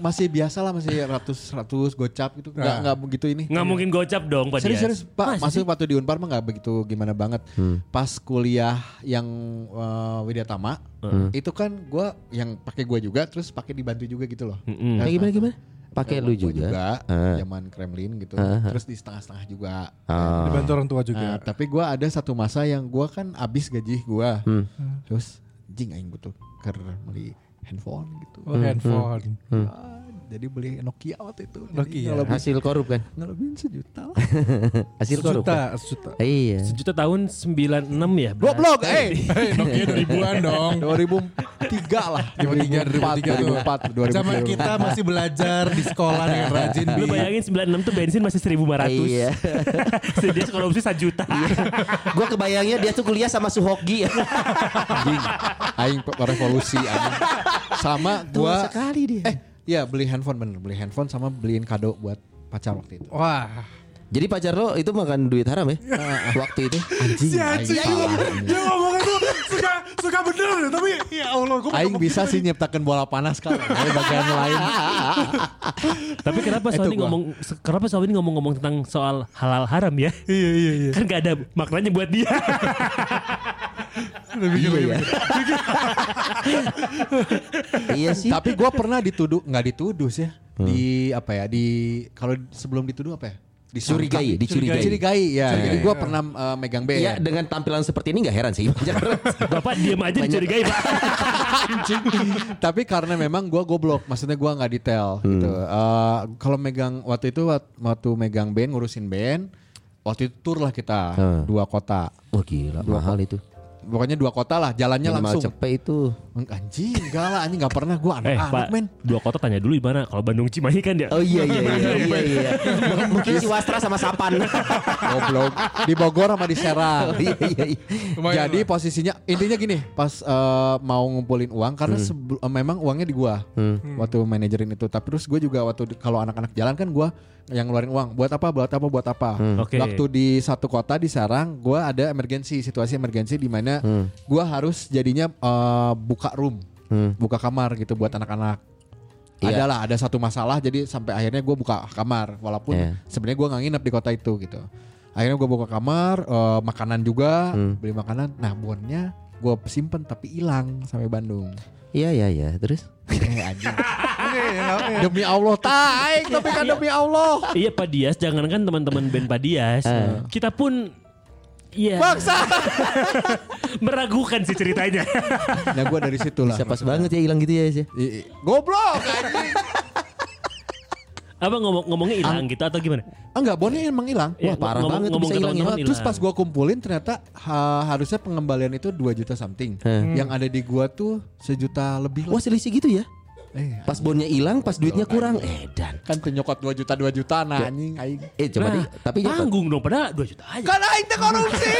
Masih biasa lah masih ratus ratus gocap gitu. Nggak
Nah.
nggak begitu
Iya.
ini.
Nggak mungkin gocap dong Pak
Serius
Dias.
serius Pak, masih waktu di Unpar mah nggak begitu gimana banget.
Hmm.
Pas kuliah yang eh, Widyatama,
Hmm.
itu kan gua yang pakai gua juga terus pakai dibantu juga gitu loh.
Mm-mm.
Nah,
Kayak Eh, gimana gimana? Pakai lu
gua
juga. Ah. Eh,
juga, zaman Kremlin gitu. Terus di setengah-setengah juga.
Ah.
dibantu orang tua
Nah,
juga
tapi gua ada satu masa yang gua kan abis gaji gua.
Hmm.
Terus jing aing butuh ker beli handphone gitu.
Hmm,
oh, handphone
Ah, jadi beli Nokia waktu itu.
Nokia.
Jadi ngelebih-
Hasil korup kan?
ngelebihin sejuta lah.
Hasil korup.
sejuta
Kan?
sejuta
Iya.
Sejuta tahun 96 ya.
Dua
berarti.
blok, eh.
Eh, Nokia dua ribuan dong
Oh,
2003 lah
2003
2004
2004
2004
Zaman kita masih belajar di sekolah dengan rajin
Lu
Bi.
bayangin 96 tuh bensin masih 1500.
Iya.
Si Dias kalau opsi 1 juta.
Gua kebayangnya dia tuh kuliah sama Suhoki.
Anjing. aing pe- revolusi anjing. sama gua
sekali dia.
eh ya beli handphone bener beli handphone sama beliin kado buat pacar waktu itu
wah
Jadi pacar lo itu makan duit haram ya? Waktu itu.
si
iya.
anjing
aing,
dia,
salah.
dia ngomongnya tuh suka suka bener tapi ya Allah gue
Aing bisa sih nyiptakan bola panas kalau dari bagian lain
Tapi kenapa
Eh,
Itu
Sony
gua.
ngomong kenapa Sony ngomong-ngomong tentang soal halal haram ya?
iya iya iya
Kan gak ada maknanya buat dia.
iya, ya. iya sih.
tapi gua pernah dituduh nggak dituduh sih ya
Hmm.
di apa ya di kalau sebelum dituduh apa ya Disangka.
Dicurigai, dicurigai.
Dicurigai, ya jadi gua pernah eh, megang BN
Iya dengan tampilan seperti ini nggak heran sih.
Bapak diam aja dicurigai, Pak.
Anjing. Tapi karena memang gua goblok, maksudnya gua nggak detail
Hmm.
gitu. Eh, kalau megang waktu itu wak- waktu megang band ngurusin band, waktu itu tur lah kita
Hmm.
dua kota.
Wah gila mahal itu.
Pokoknya dua kota lah, jalannya
Minimal
langsung.
cepet itu.
Anjing, enggak lah, anjing nggak pernah gua
Eh,
anak-anak
Pak.
men.
Dua kota tanya dulu di mana. Kalau Bandung Cimahi kan dia.
Ah, Oh iya iya iya iya. iya. Mungkin- Mungkin si Wastra sama Sapan.
Goblok. Di Bogor sama di Serang.
iya iya. iya.
Lumayan
Jadi posisinya intinya gini, pas eh, mau ngumpulin uang karena
Hmm.
sebel- eh, memang uangnya di gua
Hmm.
waktu manajerin itu. Tapi terus gue juga waktu di- kalau anak-anak jalan kan gua yang ngeluarin uang. Buat apa? Buat apa? Buat apa?
Hmm.
Oke.
Waktu di satu kota di Sarang, gua ada emergensi, situasi emergensi di mana
Hmm.
gua harus jadinya eh, buka room,
Hmm.
buka kamar gitu buat anak-anak.
Iya.
Adalah ada satu masalah jadi sampai akhirnya gua buka kamar walaupun
Iya.
sebenarnya gua nggak nginep di kota itu gitu akhirnya gue buka kamar eh, makanan juga beli makanan nah bonnya gue simpen tapi hilang sampai Bandung
Iya iya iya. Terus?
eh, anjing. demi Allah taik tapi kan demi Allah
Iya Pak Dias, jangankan teman-teman band Pak Dias,
Eh.
kita pun Iya. Meragukan sih ceritanya.
nah gue dari situ lah
Bisa pas banget ya hilang gitu ya. Sia.
I- i- goblok anjing
Apa ngomong ngomongnya hilang gitu atau gimana?
Ah, enggak bonnya emang hilang
Wah,
Ya,
parah
ngomong-
banget tuh
ngomong
bisa
ke
hilang ya.
teman-teman
terus
hilang.
pas gue kumpulin ternyata ha- harusnya pengembalian itu 2 juta something yang ada di gua tuh sejuta lebih
Wah
lah.
selisih gitu ya.
eh,
Pas bonnya hilang, pas duitnya kurang. Eh dan.
kan penyokot 2 juta 2 juta nah anjing aing
Eh coba
Nah,
di- tapi
tanggung dong padahal 2 juta aja.
kan aing teh korupsi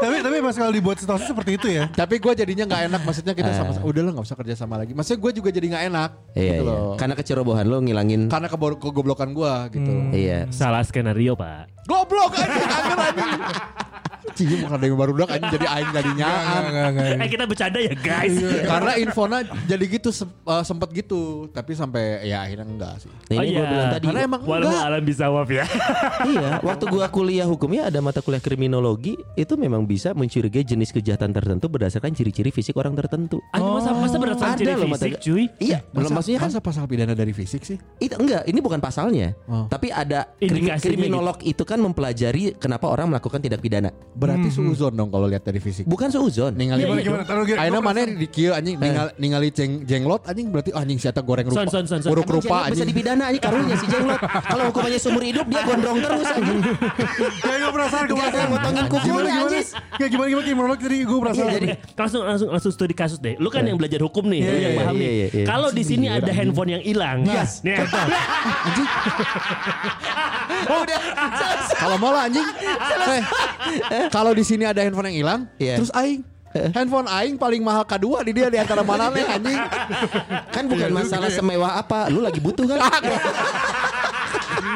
tapi tapi mas kalau dibuat situasi seperti itu ya
Tapi gue jadinya nggak enak, maksudnya kita sama udah lah nggak usah kerja sama lagi. Maksudnya gue juga jadi nggak enak,
Ah. Iya,
gitu
iya.
loh.
Karena kecerobohan lo ngilangin.
Karena kebo- kegoblokan gue gitu.
Iya.
Salah skenario, Pak.
Goblok anjing, kangen anjing. Cie, bukan ada yang baru dak anjing jadi aing jadi nyaan.
enggak enggak
Iya.
Eh kita bercanda ya, guys.
Karena infona jadi gitu se- eh, sempet gitu, tapi sampai ya akhirnya enggak sih.
Nah,
Oh,
ini gue
iya.
bilang tadi.
Karena emang
Walau
enggak.
alam bisa waf ya.
iya, waktu gua kuliah hukumnya ada mata kuliah kriminologi itu memang bisa mencurigai jenis kejahatan tertentu berdasarkan ciri-ciri fisik orang tertentu. Oh.
Anjing masa masa berdasarkan ciri fisik, cuy.
Iya, belum
Masa-
maksudnya kan
masa pasal pidana dari fisik sih?
itu enggak, ini bukan pasalnya.
Oh.
Tapi ada krim-
Indikasinya gitu.
kriminolog itu kan mempelajari kenapa orang melakukan tindak pidana.
Berarti suuzon dong kalau lihat dari fisik.
Bukan seuzon.
Ningali
Gimana, gimana? Taruh, Gir.
Aina
Gua
mana di kieu anjing ningali, ningali ceng, jenglot anjing berarti oh, anjing siapa goreng rupa.
Son, son, son, son.
Buruk
Emang
rupa
jenglot bisa
anjing.
dipidana ini karunya si jenglot. Kalau hukumannya seumur hidup dia gondrong terus anjing.
Ya gue penasaran, gue
Dia
penasaran.
akan motongin kuku lu,
Gimana, gimana?
Anjis.
Ya gimana, gimana, gimana, monolog tadi gue penasaran.
Iya, jadi
Langsung langsung langsung studi kasus deh. Lu kan yang belajar hukum nih, lu yang
iya,
paham
iya,
nih.
iya, iya.
Kalau di sini ada handphone yang hilang.
Yes.
Nih.
Udah. selesai.
Kalau mau lah anjing. Eh, kalau di sini ada handphone yang hilang,
Iya.
terus aing. Handphone aing paling mahal kedua di dia di antara mana nih anjing. Iya,
Kan bukan masalah semewah apa, lu lagi butuh kan?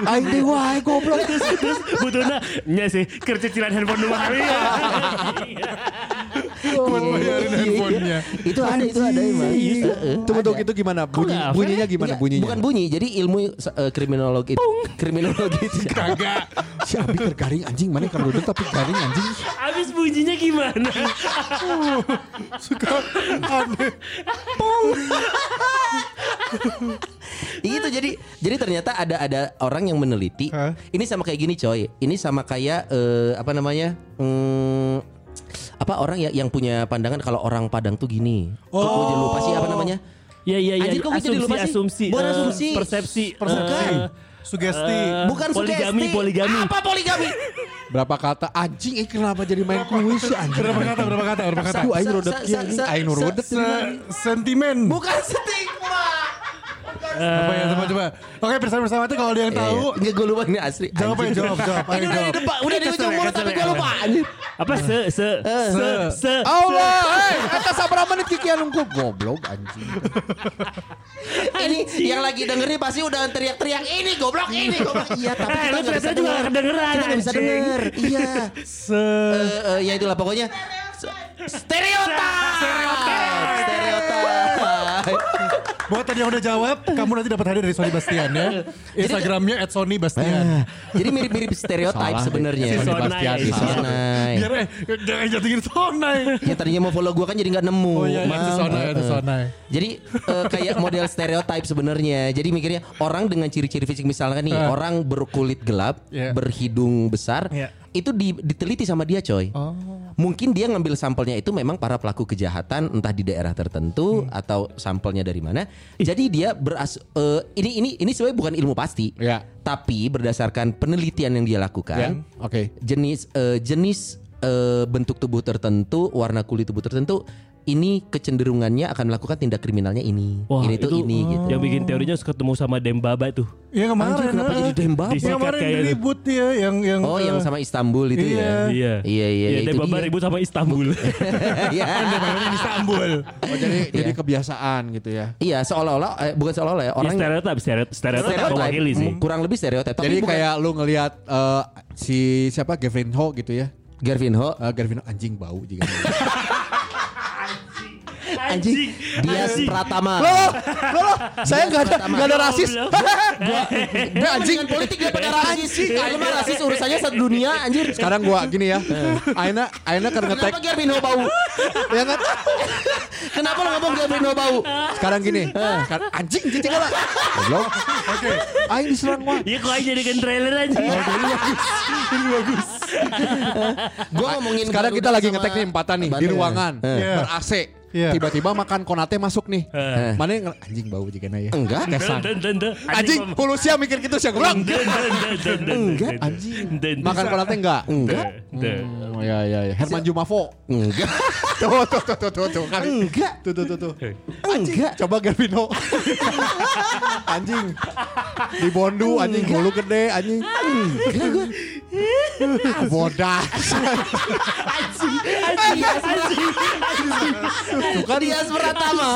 Anjing wah goblok.
terus terus butuhnya nya sih kercecilan handphone dua kali ya.
Iya.
Buat bayarin handphonenya.
Itu ada itu ada Iya. emang. Heeh,
Tunggu
ada.
tunggu Iya. itu gimana? Bunyi,
nggak
bunyinya gimana
Enggak,
bunyinya?
ya? Iya, Bukan bunyi, jadi ilmu eh, kriminologi kriminologi itu.
Kagak.
Si Abi tergaring anjing mana kalau duduk tapi garing anjing.
Abis bunyinya gimana?
Suka aneh.
itu jadi jadi ternyata ada ada orang yang meneliti.
Hah?
Ini sama kayak gini coy. Ini sama kayak eh, apa namanya? Hmm, apa orang ya, yang yang punya pandangan kalau orang Padang tuh gini. Oh, gue jadi lupa sih apa namanya?
Ya ya ya.
Anjir, kok gitu
asumsi,
dilupa sih?
asumsi,
Bukan
eh,
asumsi.
persepsi,
Persepsi.
eh,
Sugesti.
eh,
Bukan
poligami,
sugesti.
poligami.
Apa poligami?
Berapa kata anjing eh kenapa jadi main kuis sih anjing.
Berapa kata, berapa kata, berapa kata.
Aduh aing
Sa-
rodet
sa-
kieu
sa-
anjing,
sa-
aing
sa-
rodet.
Se sentimen.
Bukan stigma.
Apa ya coba coba. Oke bersama-sama tuh kalau
Iya,
ada yang tahu
Enggak gue lupa ini asli.
jawab aja
Anjing.
jawab jawab. Ayo
Ini udah di
jawab.
depan, udah di
Kesel
ujung
ya,
mulut
kesel
tapi
ya,
gue lupa. anjing.
Apa se se se se
Allah, eh, atas sabra menit kikian unggul goblok anjing.
Ini yang lagi dengerin pasti udah teriak-teriak ini goblok ini goblok. Iya, tapi
Eh,
kita
lu
nggak bisa
teriak-teriak juga
denger.
nggak kedengeran,
Kita nggak bisa
anjing.
denger. Iya.
Se
Eh, eh, ya itulah pokoknya stereotip. Stereotip. Stereotip.
buat tadi yang udah jawab, kamu nanti dapat hadiah dari Sony Bastian ya. Instagramnya at Sony Bastian.
Jadi mirip-mirip stereotip
Salah deh.
sebenarnya.
Si Sonai.
Bastian
Si
salah.
Sonai.
Biar eh jangan jatuhin Sonai.
Ya tadinya mau follow gue kan jadi nggak nemu.
Oh iya, iya, itu
Mau.
Sonai, itu
Eh, eh.
Sonai. Iya,
Jadi eh, kayak model stereotip sebenarnya. Jadi mikirnya orang dengan ciri-ciri fisik misalnya nih
Eh.
orang berkulit gelap,
Iya.
berhidung besar,
Iya.
itu di- diteliti sama dia coy. Mungkin dia ngambil sampelnya itu memang para pelaku kejahatan entah di daerah tertentu atau sampelnya dari mana. Jadi dia beras eh, ini ini ini sebenarnya bukan ilmu pasti.
Iya.
Tapi berdasarkan penelitian yang dia lakukan,
Ya, oke.
jenis eh, jenis eh, bentuk tubuh tertentu, warna kulit tubuh tertentu, ini kecenderungannya akan melakukan tindak kriminalnya ini.
Wah,
ini tuh ini gitu.
Yang bikin teorinya harus ketemu sama Dembaba tuh.
Yang kemarin.
Anjir, kenapa
eh,
jadi dembab?
Di-
Yang kemarin
Sikat kayak
ribut ya, yang yang
Oh, yang
eh,
sama Istanbul itu
iya.
ya.
Iya.
Iya, iya,
Iya,
itu
Dembaba
dia.
ribut sama Istanbul.
Iya.
di Istanbul.
Oh, jadi jadi kebiasaan gitu ya.
Iya, seolah-olah eh, bukan seolah-olah ya, orang
Orang Iya, stereotip, stereotip, stereotip
stereotip,
mewakili sih.
mm, kurang lebih stereotip tapi
Jadi
bukan
kayak lu ngelihat eh, si siapa Gavin Ho gitu ya.
Garvin Ho
Eh, Gavin Ho anjing bau juga.
anjing dia
Anjing.
Pratama
Loh, loh, loh, Oh, saya nggak ada nggak ada rasis.
Belum.
Gua anjing
Dengan politik dia pada rasis sih kalau mah rasis urusannya satu dunia anjir
Sekarang gua gini ya. Aina Aina kan ngetek
kenapa Garvin Ho bau
ya kan.
kenapa lo ngomong Garvin Ho bau
Sekarang gini. Kan- anjing anjing lah. Goblok. Oke. Aing diserang mah.
Iya kok aja jadikan trailer aja.
Iya,
Gue ngomongin
Sekarang kita
Garuda
lagi
sama
ngetek nih empatan nih di
Bandung.
ruangan
Iya.
ber AC.
Iya.
Tiba-tiba makan konate masuk nih. Mana yang nge- anjing bau juga ya.
Enggak,
Kesan.
Dan, dan, dan.
Anjing hulu sia mikir gitu sih goblok.
Dan, dan, dan, dan, dan,
Enggak,
dan, dan.
anjing.
Dan, dan.
Makan konate enggak?
enggak,
Dan.
Hmm, ya ya ya. Herman Jumafo.
enggak,
Tuh tuh tuh tuh tuh tuh. Kan.
enggak,
Tuh tuh tuh tuh.
enggak.
Coba Gervino. anjing. Di Bondu anjing bulu gede anjing. Ah, Bodas.
Anjing, anjing.
Bukan dia Pratama.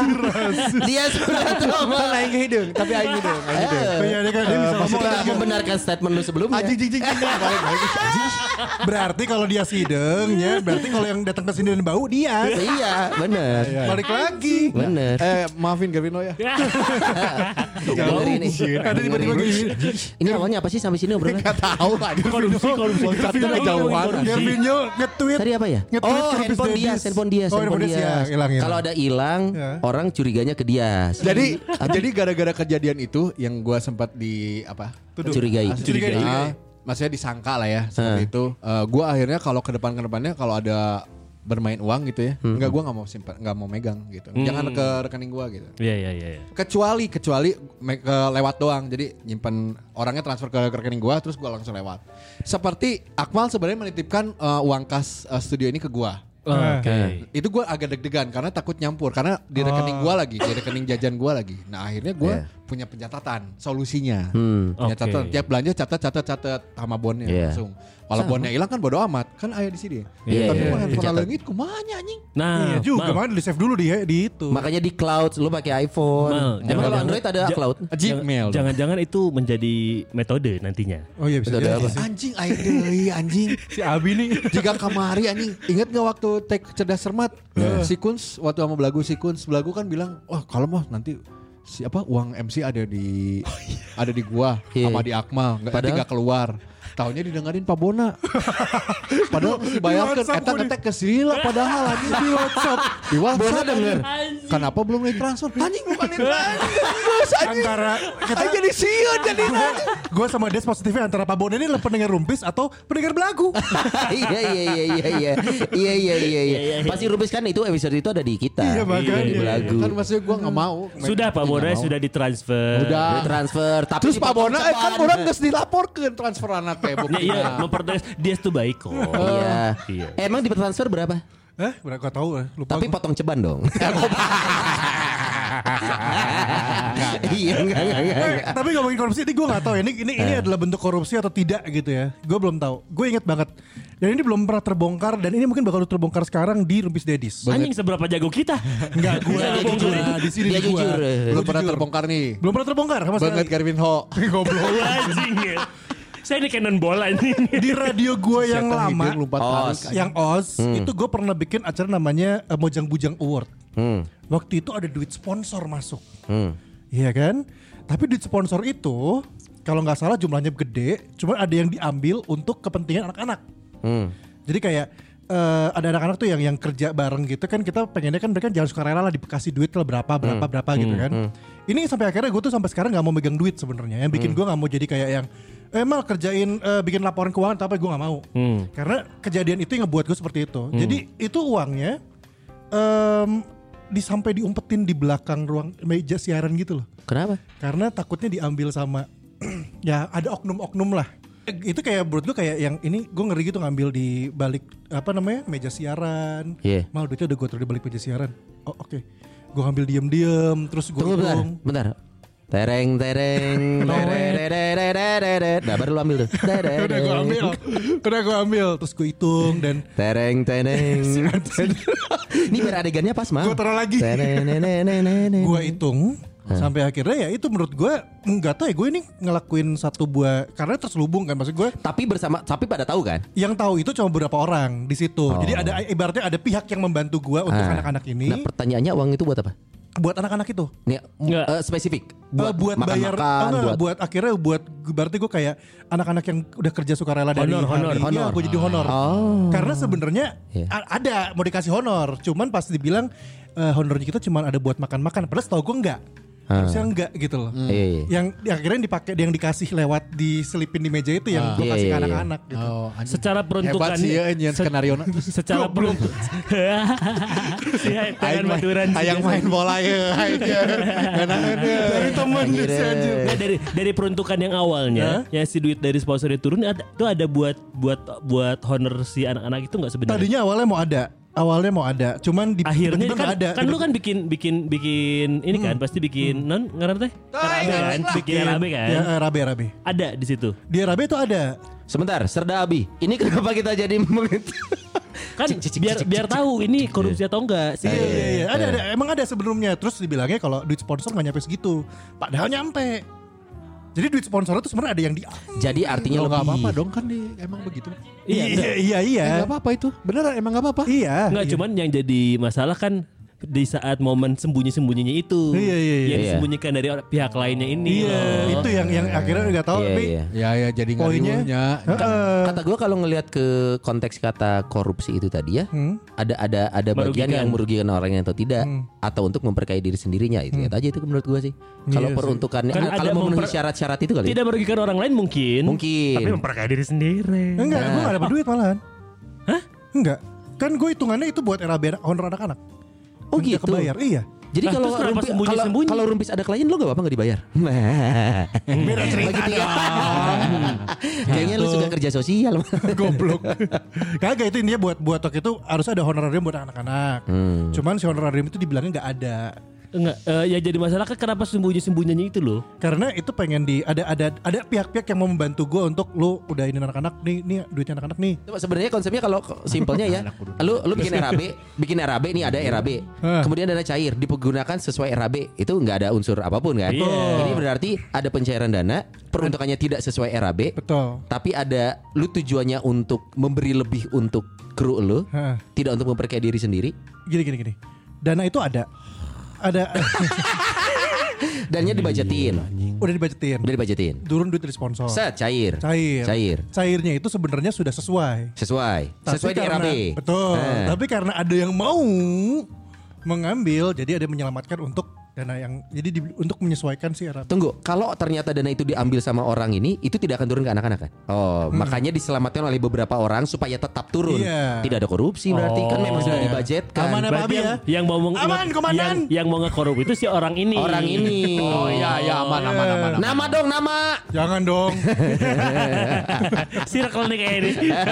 Dia Pratama. Eh.
Kan aing hidung, tapi aing hidung, aing hidung.
Iya, dia kan dia bisa ngomong
Tidak
kan.
membenarkan statement lu
Iya.
sebelumnya.
Anjing jing jing. jing. Balik, balik. Anjing.
Berarti kalau dia sideng ya, berarti kalau yang datang ke sini dan bau dia.
Iya, benar.
Balik lagi.
Benar.
Eh, maafin Gervino ya.
Jauh.
Dengerin ini.
Ada tiba-tiba gini.
Ini namanya apa sih sampai sini obrolan?
Enggak tahu tadi.
Korupsi, korupsi.
Satu kejauhan.
Gavinho nge-tweet.
Tadi apa ya?
Nge-tweet
Oh,
Kirby
handphone
Davis.
dia, handphone dia,
Oh, handphone dia hilang ya.
Kalau ada hilang,
Ya.
orang curiganya ke dia.
Jadi jadi gara-gara kejadian itu yang gua sempat di apa?
curigai.
Curigai.
Ah, maksudnya disangka lah ya seperti itu. Eh, gua akhirnya kalau ke depan ke depannya kalau ada bermain uang gitu ya, enggak gua nggak mau simpan, nggak mau megang gitu. Jangan ke rekening gua gitu.
Iya, iya, iya. iya.
Kecuali kecuali me- ke lewat doang. Jadi nyimpan orangnya transfer ke rekening gua terus gua langsung lewat. Seperti Akmal sebenarnya menitipkan eh, uang kas eh, studio ini ke gua.
Oke.
Itu
Oh.
gua agak deg-degan karena takut nyampur karena di rekening gua lagi, di rekening jajan gua lagi. Nah, akhirnya gua punya pencatatan solusinya.
Iya. Hmm.
Punya
Oke.
catatan, tiap belanja catat catat catat sama bonnya
Iya.
langsung. Kalau
Sama.
bonnya hilang kan bodo amat, kan ayah di sini.
Iya,
Tapi
iya,
mah handphone
dicatat.
langit kumanya anjing.
Nah,
Iya juga,
Mal,
makanya di save dulu di, di itu.
Makanya di cloud lu pakai iPhone.
Mal,
Emang
jangan-
kalau Android ada
jangan-
cloud?
Gmail. dong.
Jangan-jangan itu menjadi metode nantinya.
oh iya bisa
Metode
jadi
apa?
sih.
Anjing ayah deui anjing.
Si Abi nih.
Jika kamari anjing ingat gak waktu take cerdas cermat si Kunz waktu sama Belagu si Kunz Belagu kan bilang wah kalau mah nanti siapa uang MC ada di ada di gua
Iya.
sama di Akmal nggak
Padahal-
nanti nggak keluar tahunya didengerin Pak Bona padahal mesti bayarkan
WhatsApp
eta
gua di-
ngetek ke Sila padahal anjing di WhatsApp di WhatsApp
Bona denger.
kenapa belum ditransfer anjing bukan ditransfer anjing
Antara kita
Anjing jadi sieun jadi
gue sama Des positifnya antara Pak Bon ini le- pendengar rumpis atau pendengar belagu.
iya iya iya iya iya iya iya iya iya pasti rubis kan itu episode itu ada di kita
Iya, makanya.
di lagu
kan maksudnya gua nggak mau
Sudah Pak
Nggak
Bona
mau.
sudah ditransfer. Nah,
udah
Duit transfer tapi
Terus Pak
dipotong
Bona eh, kan
cepat.
orang geus dilaporkan transfer anak teh
Ya,
buktinya.
iya, mempertegas dia tuh baik kok.
iya
Iya.
Eh, emang di transfer berapa Oh.
Eh, berapa gak tahu eh, lupa.
tapi
gua.
potong ceban dong iya enggak enggak enggak
Eh, tapi ngomongin korupsi ini gue gak tahu ya ini ini, ini adalah bentuk korupsi atau tidak gitu ya gue belum tahu gue inget banget dan ini belum pernah terbongkar dan ini mungkin bakal terbongkar sekarang di Rumpis Dedis
Iya.
Anjing seberapa jago kita?
Enggak gue
Dia
jujur
jujur.
di sini
Dia
di gua.
jujur.
Belum pernah
Jujur.
terbongkar nih.
belum pernah terbongkar sama
Banget
sekali
Garvin Ho.
kan, goblok
Anjing ya. Saya di cannon bola nih.
di radio gue yang
Setan hidung
lama
lompat
Oh,
tarik, anjing.
yang os itu gue pernah bikin acara namanya eh, Mojang Bujang Award Hmm. waktu itu ada duit sponsor masuk
Hmm.
Iya kan? Tapi duit sponsor itu kalau nggak salah jumlahnya gede, cuma ada yang diambil untuk kepentingan anak-anak. Hmm. Jadi kayak eh, ada anak-anak tuh yang yang kerja bareng gitu kan kita pengennya kan mereka jangan suka rela lah dikasih duit lah berapa berapa berapa gitu kan. Ini sampai akhirnya gue tuh sampai sekarang nggak mau megang duit sebenarnya. Yang bikin gue nggak mau jadi kayak yang eh mal kerjain eh, bikin laporan keuangan atau apa gue nggak mau. Karena kejadian itu yang ngebuat gue seperti itu. Jadi itu uangnya em disampai diumpetin di belakang ruang meja siaran gitu loh
kenapa
karena takutnya diambil sama ya ada oknum-oknum lah itu kayak menurut gue kayak yang ini gue ngeri gitu ngambil di balik apa namanya meja siaran
Iya.
mal duitnya udah gue taruh di balik meja siaran oh oke gue ngambil diem-diem terus gue
tunggu bentar
hitung
bentar tereng tereng terererererereret. nah baru lu ambil tuh
udah gue ambil udah gue ambil terus gue hitung dan
tereng tereng ini biar adegannya pas mah
Gua taruh lagi.
Hmm.
gue hitung sampai akhirnya ya itu menurut gue nggak tahu ya gue ini ngelakuin satu buah karena terselubung kan maksud gue
tapi bersama tapi pada tahu kan
yang tahu itu cuma beberapa orang di situ.
Oh.
Jadi ada ibaratnya ada pihak yang membantu gua untuk
Ah.
anak-anak ini,
Nah pertanyaannya uang itu buat apa?
buat anak-anak itu.
Nih,
Nggak.
eh, spesifik
Buat, buat
makan
bayar
makan,
enggak,
buat,
buat, akhirnya buat berarti gua kayak anak-anak yang udah kerja sukarela dari
Honor, honor,
hari
honor.
gue jadi honor. Karena sebenarnya
Oh. Iya.
a- ada mau dikasih honor, cuman pas dibilang eh, honornya kita cuman ada buat makan-makan. Padahal setahu gua enggak. Harusnya enggak gitu loh.
Ah. Iya, iya.
Yang yang akhirnya dipakai yang dikasih lewat diselipin di meja itu yang gua
Iya,
kasih
iya,
ke
iya.
anak-anak gitu.
Oh, anjing.
Secara peruntukan
Hebat sih ya nyen skenario na.
secara peruntukan. si hai,
Aing
tangan
main-
maduran. sih.
Hayang main bola ya.
Dari temen
Akhirnya.
dia sih, anjir.
Nah, dari dari peruntukan yang awalnya, ya si duit dari sponsor itu turun ada itu ada buat buat buat honor si anak-anak itu
Ah.
nggak sebenarnya?
Tadinya awalnya mau ada, awalnya mau ada, cuman di
akhirnya
tiba-tiba
kan,
nggak ada. gitu. Hmm.
kan lu kan bikin bikin bikin ini kan pasti bikin non ngarang teh RAB kan bikin RAB kan
Ya, eh, rabe rabe.
ada di situ
Di rabe itu ada.
Sebentar, Serda Abi. Ini kenapa kita jadi meng-
kan biar biar tahu ini korupsi atau enggak sih
Iya iya iya, ada ada emang ada sebelumnya. Terus dibilangnya kalau duit sponsor nggak nyampe segitu, padahal nyampe. Jadi duit sponsor itu sebenarnya ada yang di
Jadi artinya
Kalau
lebih.
nggak apa-apa dong kan di, emang begitu.
Iya,
iya iya iya.
Nggak apa-apa itu. Beneran emang nggak apa-apa.
Iya.
enggak cuman yang jadi masalah kan di saat momen sembunyi-sembunyinya itu
Iya, iya, iya.
yang
Iya.
disembunyikan dari orang- pihak lainnya ini
Iya,
loh.
itu yang yang akhirnya nggak tahu
Iya,
tapi
iya.
Ya ya jadi nggak
poinnya.
diurnya.
Heeh.
Kata gue kalau ngelihat ke konteks kata korupsi itu tadi ya, ada ada ada bagian
Merugikan.
yang merugikan orangnya atau tidak, atau untuk memperkaya diri sendirinya itu lihat aja itu menurut gue sih. Kalau
Iya sih.
peruntukannya,
Kan
kalau
ada
memenuhi
memper-
syarat-syarat itu kali. ya?
tidak merugikan orang lain mungkin
Mungkin.
tapi memperkaya diri sendiri
Enggak, gue gak dapat duit malahan. Hah? Enggak. Kan gue hitungannya itu buat RAB anak- honor anak-anak.
Oh
Nggak
gitu.
Kebayar, iya.
Jadi
Nah,
kalau
terus kenapa
rumpi- kalau
sembunyi-sembunyi?
kalau rumpis ada klien lo gak apa-apa gak dibayar. Beda cerita Kayaknya lu suka kerja sosial.
Goblok. Kagak itu intinya buat buat waktu itu harus ada honorarium buat anak-anak. Cuman si honorarium itu dibilangnya nggak ada.
Enggak, eh, ya jadi masalah kan kenapa sembunyi-sembunyinya itu loh.
Karena itu pengen di ada ada ada pihak-pihak yang mau membantu gue untuk lu udah ini anak-anak nih nih duitnya anak-anak nih.
Coba sebenarnya konsepnya kalau simpelnya ya, lu lu bikin RAB, bikin RAB nih ada RAB. Kemudian dana cair dipergunakan sesuai RAB. Itu nggak ada unsur apapun kan?
Iya.
Ini berarti ada pencairan dana, peruntukannya tidak sesuai RAB,
Betul.
tapi ada lu tujuannya untuk memberi lebih untuk kru lu,
Heeh.
tidak untuk memperkaya diri sendiri.
Gini gini gini. Dana itu ada. Ada
Dannya dibajetin.
udah dibajetin.
Udah dibajetin.
Turun duit dari sponsor.
Set cair.
Oh. Cair.
Cair.
Cairnya itu sebenarnya sudah sesuai.
Sesuai.
Tapi
sesuai di
karena-
RAB.
Betul.
Nah.
Tapi karena ada yang mau mengambil, jadi ada yang menyelamatkan untuk dana yang jadi di- untuk menyesuaikan si RAB.
Tunggu, kalau ternyata dana itu diambil sama orang ini, itu tidak akan turun ke anak-anak kan?
Hmm.
Oh, makanya diselamatkan oleh beberapa orang supaya tetap turun.
Iya.
Tidak ada korupsi berarti kan
Oh.
memang sudah dibajetkan.
Aman, Kenapa,
Berarti
Abi,
yang,
ya?
yang mau meng-
Aman,
nge-
komandan!
yang, yang mau ngekorup itu si orang ini.
Orang ini.
Oh iya iya aman aman aman. aman.
Nama dong nama.
Jangan dong.
Circle nih kayak ini.
Iya,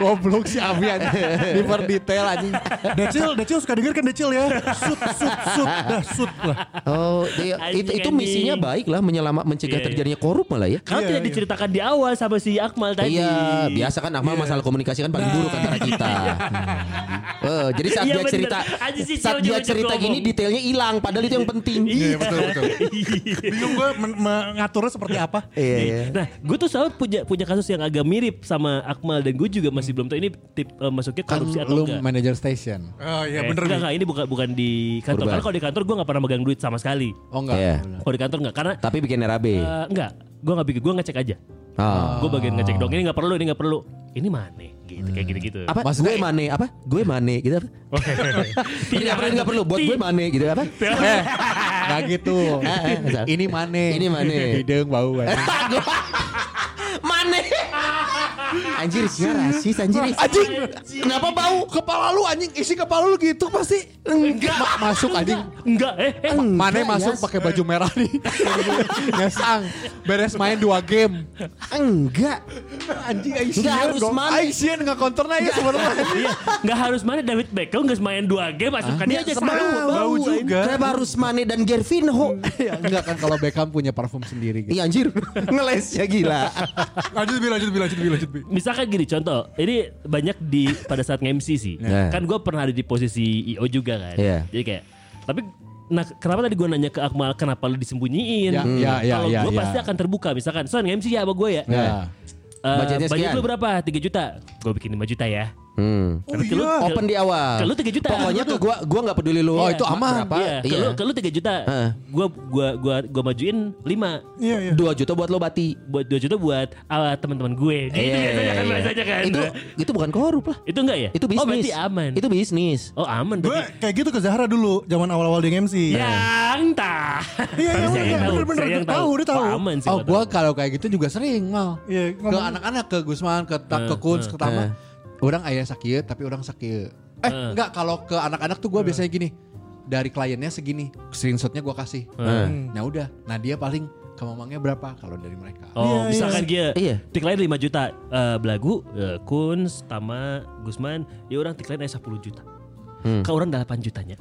Goblok si Abi aja. Di per detail anjing.
Decil, Decil suka denger kan Decil ya. Sut, sut, sut. Dah sut lah.
Oh, dia-
Anjing,
itu itu
anjing.
misinya baik lah menyelamat mencegah
Iya.
terjadinya korup malah ya.
Kalau
Iya,
tidak
iya.
diceritakan di awal sama si Akmal tadi. Nah.
Iya, biasa kan Akmal masalah komunikasi kan paling buruk antara kita. Eh, jadi saat
Iya,
dia
bener.
cerita,
Anjing sih,
saat dia
jauh-jauh
cerita
ngomong.
gini detailnya hilang, padahal itu yang penting.
Iya betul betul.
Bingung gue men- mengaturnya seperti apa.
Iya, iya.
Nah, gue tuh selalu punya punya kasus yang agak mirip sama Akmal dan gue juga
Hmm.
masih belum tahu ini tip eh, masuknya
Kan
korupsi atau
lu
enggak.
manajer station.
Oh iya
Eh,
bener
enggak,
nih.
enggak, ini bukan bukan di kantor.
Urban.
Karena kalau di kantor gue nggak pernah megang duit sama sekali.
Oh enggak.
Iya.
benar.
Kalau di kantor nggak, karena
Tapi bikin RAB.
eh, enggak, gue nggak bikin, gue ngecek aja.
Ah.
Gue bagian ngecek dong. Ini nggak perlu, ini nggak perlu. Ini mana? Gitu kayak gitu-gitu.
Hmm. apa
Maksudnya-
gue mane apa gue mane gitu apa
Oh,
tidak perlu nggak perlu buat gue mane gitu apa
Eh, enggak gitu.
Ah, ah, asal.
Ini mane.
Ini mane.
Hidung bau. anjing.
mane anjir sih rasis anjir
Iya, Hmm. Anjing.
kenapa bau
Kepala lu anjing isi kepala lu gitu pasti.
Enggak.
Ma- masuk anjing.
Enggak, eh, eh.
Mane
Enggak,
masuk
Yas.
pakai baju merah nih. Ngesang. Beres main dua game.
enggak
Anjing Aisyah.
Nggak harus mane.
Aisyah enggak konternya ya sebenarnya.
Iya, nggak harus mana David Beckham nggak main dua game masukkan dia aja
Sebau,
selalu.
bau
juga.
kenapa harus mane dan Gervinho
Hmm.
Ya, enggak kan kalau Beckham punya parfum sendiri gitu.
Iya anjir
ya,
ngelesnya gila
Lanjut Bi, lanjut Bi, lanjut Bi, lanjut Bi.
Misalkan gini contoh, ini banyak di pada saat nge-MC sih.
Nah.
Kan gue pernah ada di posisi IO juga kan.
Iya.
Jadi kayak tapi nah kenapa tadi gue nanya ke Akmal kenapa lu disembunyiin?
Ya, ya, ya,
Kalau
ya,
gue
ya.
pasti akan terbuka misalkan Son nge-MC ya sama gue ya.
Ya.
Eh,
Nah, Budgetnya
budget
sekian.
lu berapa? 3 juta. Gue bikin 5 juta ya.
Hmm.
Oh
Tapi kalau-
iya.
open di awal
Kalau 3 juta.
pokoknya ke gue gue nggak peduli lu
Oh, itu aman.
berapa
Iya,
iya
kalau kalau 3 juta,
Heeh.
gue gua gua gua majuin 5
Iya, iya.
dua juta buat lo bati
buat 2 juta buat ah, teman-teman gue. Gitu
Iya,
biasanya kan
iya.
biasanya kan.
itu itu bukan korup lah
Itu enggak ya?
itu bisnis
Oh berarti aman.
itu bisnis
oh aman
Gue
berarti.
kayak gitu ke Zahra dulu, zaman awal-awal dia MC.
Iya.
Iya. Yang tah.
Iya, iya,
Saya
iya,
yang tahu,
bener-bener,
saya yang
dia tahu, dia tahu.
Oh, aman sih.
Oh,
gua
gue
tahu.
kalau kayak gitu juga sering mal. ke
Iya, ngomong.
anak-anak ke Gusman, ke Tak, ke Kuns, ke Tama. Orang ayah sakit tapi orang sakit. Eh, enggak kalau ke anak-anak tuh gue biasanya gini. Dari kliennya segini, screenshotnya gue kasih. Nah udah, nah dia paling ke mamangnya berapa kalau dari mereka.
Oh,
Iya,
misalkan dia
Iya.
tik lain 5 juta Eh, Belagu, eh, Kuns, Tama, Gusman, ya orang tik lain aja 10 juta.
Hmm.
Ke orang 8 jutanya.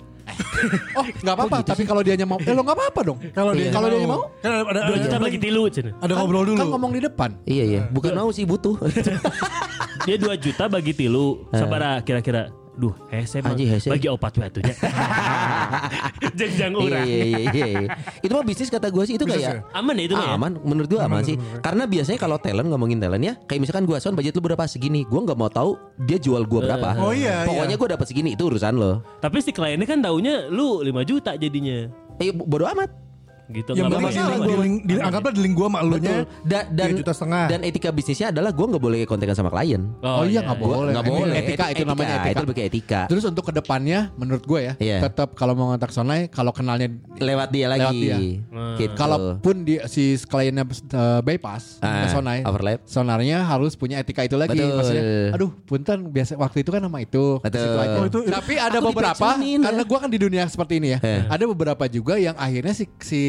Oh, nggak apa-apa. tapi kalau dia mau, eh lo nggak apa-apa dong.
Kalau dia
kalau dia mau,
kan ada ada,
2
ada,
juta bagi tilu cina.
ada
kan-
ngobrol dulu.
Kan ngomong di depan.
Iya iya, bukan mau sih butuh.
Dia 2 juta bagi tilu. Sabara kira-kira Duh, hese mah.
Anjing, Eh. hese.
bagi opat watunya. Jeng jang
iya,
urang.
iya iya iya. Itu mah bisnis kata gue sih itu
Bisnis
kayak
Aman ya itu mah ya?
aman menurut gue aman, sih. Karena biasanya kalau talent ngomongin talent ya, kayak misalkan gue son budget lu berapa segini, gue nggak mau tahu dia jual gue berapa.
Oh, iya,
Pokoknya
iya.
gue dapat segini itu urusan lo.
Tapi si kliennya kan taunya lu 5 juta jadinya.
Eh bodo amat.
Gitu
yang
nggak
penting
apa-apa.
di link, di, anggaplah di link gue maklunya
Betul. Da- dan
3 Iya. juta setengah.
dan etika bisnisnya adalah gue nggak boleh kontekan sama klien.
Oh, iya nggak
Gua-
boleh.
nggak
Ini
boleh.
Etika itu namanya etika.
Itu lebih ke etika.
Terus untuk kedepannya, menurut gue ya,
Iya.
tetap kalau mau ngontak sonai, kalau kenalnya,
Lewat dia lagi.
Lewat dia.
Gitu.
kalaupun di, si kliennya eh, bypass
Ah,
ke sonai,
overlap.
sonarnya harus punya etika itu lagi.
Betul.
Maksudnya, aduh, punten biasa waktu itu kan nama itu. ke
Betul.
situ aja.
Oh,
itu- itu-
Tapi ada
Aku
beberapa,
dipecunin,
karena
ya.
gue kan di dunia seperti ini ya,
Eh.
ada beberapa juga yang akhirnya si, si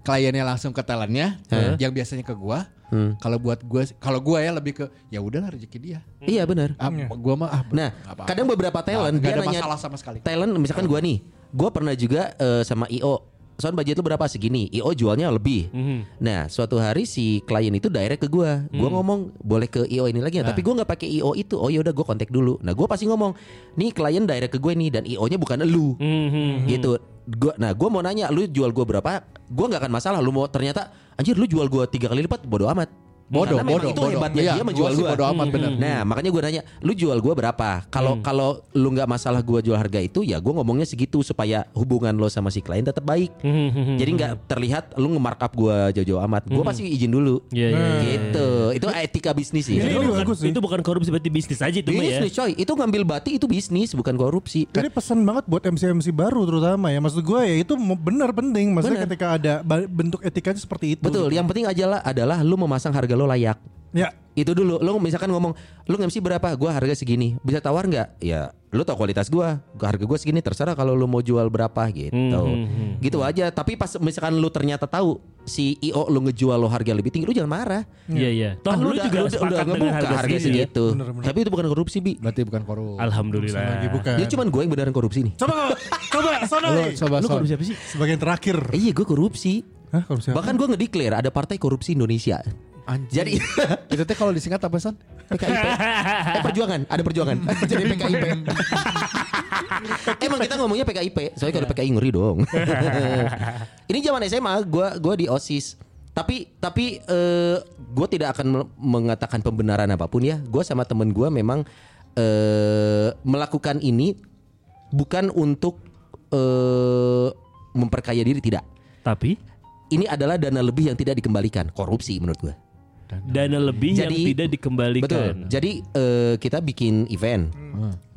kliennya langsung ke talentnya,
Eh.
yang biasanya ke gue.
Hmm.
Kalau buat gue, kalau gue ya lebih ke, ya udahlah rezeki dia.
Iya benar.
Ah, Gue mah, ah,
Nah,
nggak apa-apa.
kadang beberapa talent
Nggak
dia
ada
nanya
masalah sama sekali.
Talent misalkan gua nih, Gue pernah juga eh, sama IO. Soal budget lu berapa segini? IO jualnya
Hmm.
lebih.
Mhm.
Nah, suatu hari si klien itu direct ke gue. Gue
Hmm.
ngomong boleh ke IO ini lagi ya,
Ah.
tapi gue nggak pakai IO itu. Oh ya udah gue kontak dulu. Nah, gue pasti ngomong, nih klien direct ke gue nih dan IO-nya bukan lu.
Mhm.
Hmm.
Gitu. Gua, nah, gue mau nanya, lu jual gue berapa? Gue nggak akan masalah. Lu mau ternyata, anjir lu jual gue tiga kali lipat, bodoh amat.
Bodoh,
Karena memang
bodoh,
itu
bodoh.
hebatnya
Iya,
dia
gua
menjual
sih
gue.
bodoh amat, bener. Hmm.
Nah, makanya gue nanya, lu jual gue berapa? Kalau kalau lu nggak masalah gue jual harga itu, ya gue ngomongnya segitu supaya hubungan lo sama si klien tetap baik.
Hmm.
Hmm,
Jadi nggak terlihat lu nge-markup gue jauh-jauh amat. Gue pasti izin dulu.
Iya, iya, iya,
Gitu. Itu etika bisnis sih.
Ini-
Itu
ini
bukan,
bagus sih.
Mhm. itu bukan korupsi berarti bisnis aja itu mah ya.
Bisnis coy, itu ngambil bati itu bisnis bukan korupsi.
Ini pesan banget buat MC-MC baru terutama ya. Maksud gue ya itu mo- benar penting. Maksudnya
Benar.
ketika ada ba- bentuk etikanya seperti itu.
Betul,
Hmm.
yang penting aja lah adalah lu memasang harga lo layak.
Ya.
Itu dulu, lu misalkan ngomong, lu ngemsi berapa? Gua harga segini. Bisa tawar nggak? Ya, lu tau kualitas gua. Harga gua segini terserah kalau lu mau jual berapa gitu.
Hmm,
Gitu aja. Tapi pas misalkan lu ternyata tahu si IO lu ngejual lo harga lebih tinggi, lu jangan marah.
Iya iya. Toh
Ah,
lu
udah-
juga
udah- udah
sepakat dengan
ngebuka
harga,
harga gitu.
segini.
segitu. Tapi itu bukan korupsi, Bi.
Berarti bukan korupsi.
Alhamdulillah.
Lagi ya bukan.
Jadi cuman gue yang beneran korupsi nih.
Coba coba sono.
Lu coba
Lu
Son.
korupsi apa sih?
Sebagai yang terakhir.
Eh, iya, gue korupsi.
Hah, kalau siapa?
Bahkan gue ngedeklar ada partai korupsi Indonesia.
Anjing.
Jadi
itu teh kalau disingkat apa Son?
PKIP. eh perjuangan, ada perjuangan. Jadi PKIP. Emang kita ngomongnya PKIP, soalnya kalau PKI ngeri dong. Ini zaman SMA, gua gua di OSIS. Tapi tapi eh, gua tidak akan mel- mengatakan pembenaran apapun ya. Gua sama temen gua memang eh melakukan ini bukan untuk eh memperkaya diri tidak.
Tapi
Ini adalah dana lebih yang tidak dikembalikan, korupsi menurut gua.
dana lebih yang
Jadi-
tidak dikembalikan.
Betul. Hmm. Jadi eh, kita bikin event,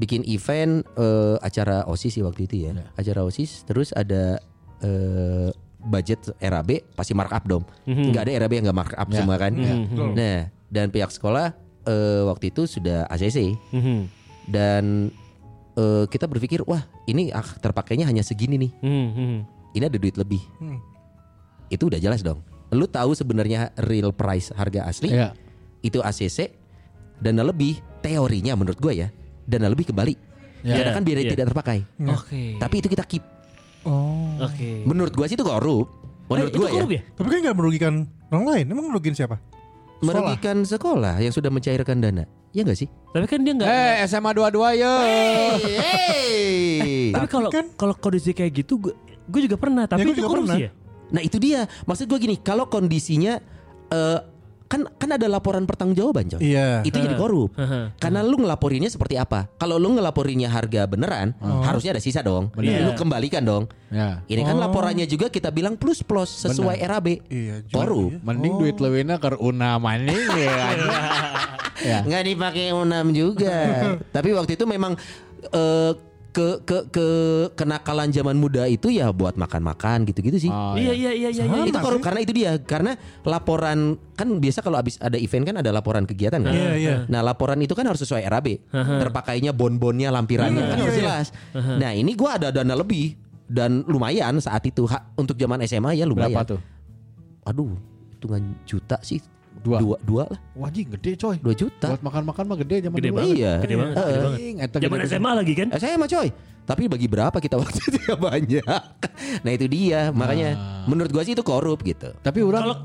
bikin event eh, acara osis sih waktu itu ya, acara osis. Terus ada eh, budget RAB pasti markup dong. Nggak ada RAB yang nggak markup semua kan. Nah dan pihak sekolah eh, waktu itu sudah ACC
Mhm.
dan eh, kita berpikir wah ini ah, terpakainya hanya segini nih.
Mhm, mhm.
Ini ada duit lebih.
Hmm.
Itu udah jelas dong. Lu tahu sebenarnya real price harga asli
Iya.
itu ACC dana lebih teorinya menurut gue ya dana lebih kembali
Ya.
karena kan biar
Ya.
tidak terpakai
Oke.
tapi itu kita keep
Oh.
Oke.
menurut gue sih itu korup menurut
Eh, itu
gue ya
korup ya?
Tapi kan gak merugikan orang lain. Emang merugikan siapa?
merugikan sekolah yang sudah mencairkan dana ya gak sih
Tapi kan dia nggak.
Eh SMA 22 ya.
hey.
tapi kalau
kan-
kalau kondisi kayak gitu, gue gue juga pernah. Tapi
gua
itu
juga
korupsi
pernah.
ya.
nah itu dia maksud gue gini kalau kondisinya eh, kan kan ada laporan pertanggungjawaban coy
Iya.
itu jadi korup
Heeh.
karena lu ngelaporinnya seperti apa kalau lu ngelaporinnya harga beneran harusnya ada sisa dong
Oh. Bener.
lu
Iya.
kembalikan dong
Ya.
Ini kan laporannya juga kita bilang plus plus sesuai RAB.
Oh. Iya, juga
Baru.
iya.
Mending duit lewina ke una maning ya.
Iya.
ya.
Nggak dipakai UNAM juga. Tapi waktu itu memang eh, ke ke ke kenakalan zaman muda itu ya buat makan-makan gitu-gitu sih.
Oh,
Iya iya iya iya. iya.
itu korup karena itu dia karena laporan kan biasa kalau habis ada event kan ada laporan kegiatan kan.
Iya, iya.
Nah laporan itu kan harus sesuai RAB. Terpakainya bon-bonnya, lampirannya
Iya,
kan harus jelas. Nah ini gua ada dana lebih dan lumayan saat itu Ha, untuk zaman SMA ya lumayan.
Berapa tuh?
aduh hitungan juta sih
Dua.
dua, dua lah
Wajib gede coy.
dua juta
Buat makan-makan mah gede zaman
Gede
dulu.
banget.
iya
Gede banget. Gede banget.
Anjing, eta
Zaman
gede pisan.
SMA lagi kan?
Eh, saya mah coy tapi bagi berapa kita waktu itu ya banyak nah itu dia makanya
Nah.
menurut gua sih itu korup gitu
Tapi orang
Kalau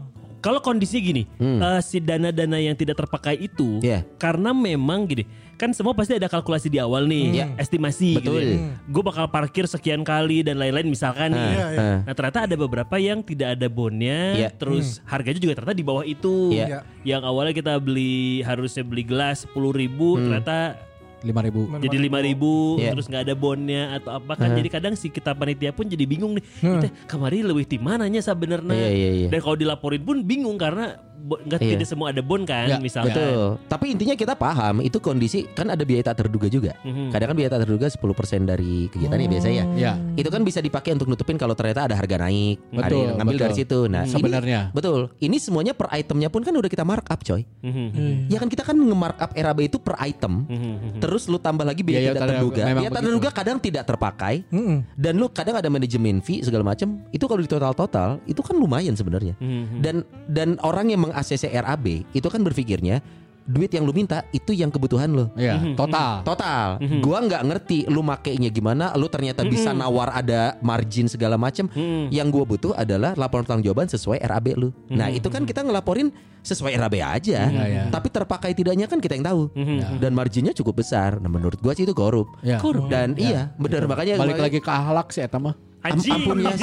kalau kondisi gini, eh, si dana-dana yang tidak terpakai
Hmm.
itu,
Iya.
karena memang gini, kan semua pasti ada kalkulasi di awal nih,
Iya.
estimasi.
Betul. Ah,
Gue bakal parkir sekian kali dan lain-lain misalkan nih.
Iya, iya.
Nah ternyata ada beberapa yang tidak ada bonnya,
Iya.
terus harganya juga ternyata di bawah itu.
Iya.
Yang awalnya kita beli harusnya beli gelas 10.000
Hmm.
ribu, ternyata
5000.
jadi lima ribu
Kan Iya.
terus nggak ada bonnya atau apa kan jadi kadang si kita panitia pun jadi bingung nih kita kemarin lebih di mananya sebenarnya
Iya, iya, iya.
dan kalau dilaporin pun bingung karena bo- nggak
Iya.
tidak semua ada bon
Ya,
kan misalkan
betul tapi intinya kita paham itu kondisi kan ada biaya tak terduga juga
Mhm.
kadang kan biaya tak terduga 10% dari kegiatannya biasanya
Ya.
itu kan bisa dipakai untuk nutupin kalau ternyata ada harga naik ada
Betul,
yang ngambil
betul. Mhm.
dari situ nah ini-
Sebenarnya.
betul ini semuanya per itemnya pun kan udah kita markup coy
Mhm.
Ya kan kita kan nge-markup RAB itu per
Hmm,
item.
Hmm.
Terus lu tambah lagi biaya
Biaya
tidak
tak-
terduga.
Iya, memang
Biaya tak
begitu.
terduga kadang tidak terpakai.
Mm-mm.
Dan lu kadang ada manajemen fee segala macam. Itu kalau di total-total
Hmm,
Hmm.
itu kan lumayan sebenarnya. Dan dan orang yang meng-ACC RAB itu kan berpikirnya duit yang lu minta itu yang kebutuhan lo.
Iya, total.
Total,
Hmm.
gua nggak ngerti lu makainya gimana, lu ternyata bisa nawar ada margin segala macem.
Mhm.
Hmm.
Yang gua butuh adalah laporan pertanggungjawaban sesuai RAB lu. Nah, itu kan kita ngelaporin sesuai RAB aja.
iya. Mhm.
Tapi terpakai tidaknya kan kita yang tahu. Dan marginnya cukup besar. Nah, menurut gua sih itu korup.
Iya. Korup.
Dan iya, bener makanya
Balik
gua-
lagi ke ahlak sih eta mah.
Anjing.
ampun, Yas.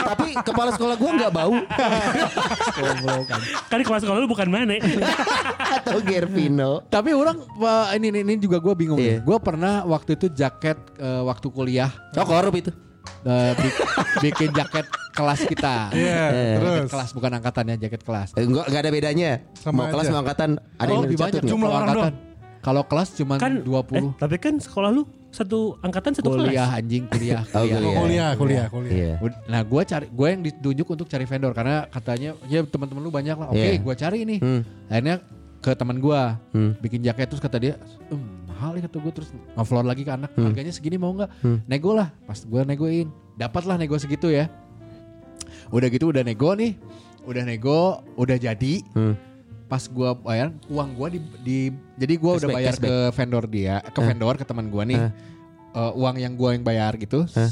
tapi kepala sekolah gua nggak bau
kan kelas sekolah lu bukan mana.
Kan
Eh,
atau Gervino.
Tapi orang eh, ini ini, ini juga gue bingung. nih.
Iya.
Gue pernah waktu itu jaket eh, waktu kuliah
Oh, korup itu.
eh, bi- bikin jaket kelas kita.
Iya,
Jaket
terus.
kelas bukan angkatannya jaket kelas.
Eh, Enggak, enggak ada bedanya.
Sama
mau kelas
aja.
mau angkatan ada yang
Oh, lebih
lebih
banyak
jatuh.
jumlah
Jumlah orang
angkatan. Kalau kelas cuma
kan
20
eh, tapi kan sekolah lu satu angkatan satu
kuliah
kelas.
anjing kuliah.
Oh,
kuliah.
Iya.
kuliah, kuliah, kuliah.
Iya.
Ud- Nah, gue cari, gue yang ditunjuk untuk cari vendor karena katanya ya teman-teman lu banyak lah. Oke,
Iya.
gue cari nih. Akhirnya ke teman gue
Hmm.
bikin jaket terus kata dia "Em, mahal ya kata gue terus ngefloor lagi ke anak
Hmm.
harganya segini mau nggak nego lah pas gue negoin dapatlah nego segitu ya udah gitu udah nego nih udah nego udah jadi
Hmm.
pas gue bayar uang gue di, di- jadi gue udah
Cashback,
bayar
cashback.
ke vendor dia ke vendor ke teman gue nih Eh, uang yang gue yang bayar gitu
Eh.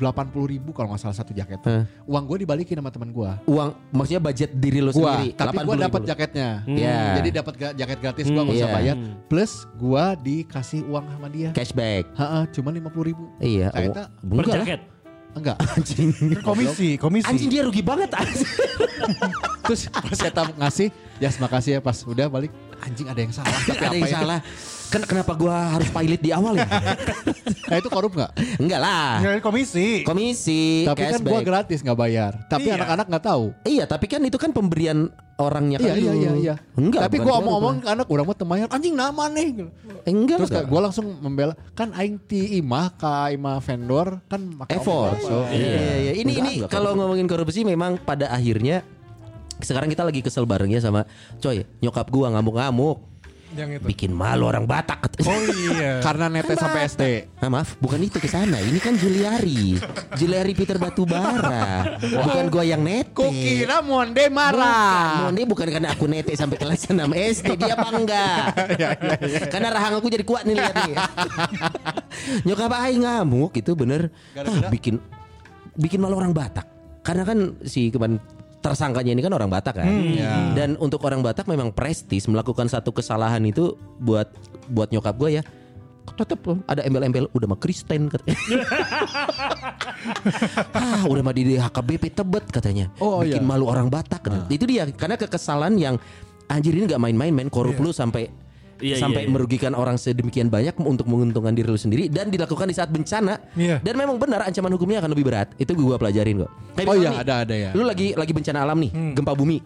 delapan puluh ribu kalau nggak salah satu jaket
Hah.
uang gue dibalikin sama teman gue
Uang maksudnya budget diri lu
gua
sendiri.
tapi gue
80.000.
dapat jaketnya
Iya.
jadi dapat ga- jaket gratis gue nggak usah
Iya.
bayar plus gue dikasih uang sama dia
cashback.
Heeh, cuma lima puluh ribu
Iya.
Nah,
oh,
itu-
Per
enggak lah.
jaket.
enggak
Anjing.
Komisi,
Anjing
komisi.
dia rugi banget anjing.
terus pas Eta ngasih ya makasih ya pas udah balik anjing ada yang salah tapi
ada
apa
yang
ya?
salah. Ken- kenapa gua harus pilot di awal ya?
nah itu korup nggak
enggak lah.
Nyari komisi.
Komisi,
tapi kan gue
Iya, cashback.
gratis nggak bayar tapi
Iya.
anak-anak nggak tahu
Iya, tapi kan itu kan pemberian orangnya
Iya
kan
iya
lu.
iya iya.
Enggak.
Tapi
bukan
gua
gua,
omong-omong ke anak orang mah temayar anjing nama nih. gitu.
bukan. Eh, enggak.
Terus
enggak.
gue langsung membela kan aing ti imah ka imah vendor kan make
effort.
omong-omong. So,
Iya, iya, iya. Ini Enggak, ini
Enggak,
kalau ngomongin korupsi memang pada akhirnya sekarang kita lagi kesel bareng ya sama coy nyokap gua ngamuk-ngamuk
Yang itu.
bikin malu orang Batak.
Oh iya.
Karena nete sampai ST.
Ah, maaf, bukan itu ke sana. Ini kan Juliari. Juliari Peter Batubara.
Oh.
Bukan gua yang nete.
Kukira monde
Bukan,
marah.
Monde bukan karena aku nete sampai kelas 6 SD dia bangga. karena rahang aku jadi kuat nih lihat nih. Nyokap aing ngamuk itu bener. Ah, bikin bikin malu orang Batak. Karena kan si kemarin tersangkanya ini kan orang Batak kan. Dan untuk orang Batak memang prestis melakukan satu kesalahan itu buat buat nyokap gue ya. Tetep loh, ada embel-embel udah mah Kristen katanya. ah, udah mah di HKBP Tebet katanya.
Oh, iya.
bikin
Ah.
malu orang Batak. katanya. Itu dia karena kekesalan yang anjir ini nggak main-main main korup lu sampai
Iya,
sampai
iya, iya.
merugikan orang sedemikian banyak untuk menguntungkan diri lu sendiri dan dilakukan di saat bencana.
Iya.
Dan memang benar ancaman hukumnya akan lebih berat. Itu gua pelajarin kok. Kayak
Oh
misalnya
iya
nih,
ada ada ya. Hmm.
Lu lagi lagi bencana alam nih, gempa bumi.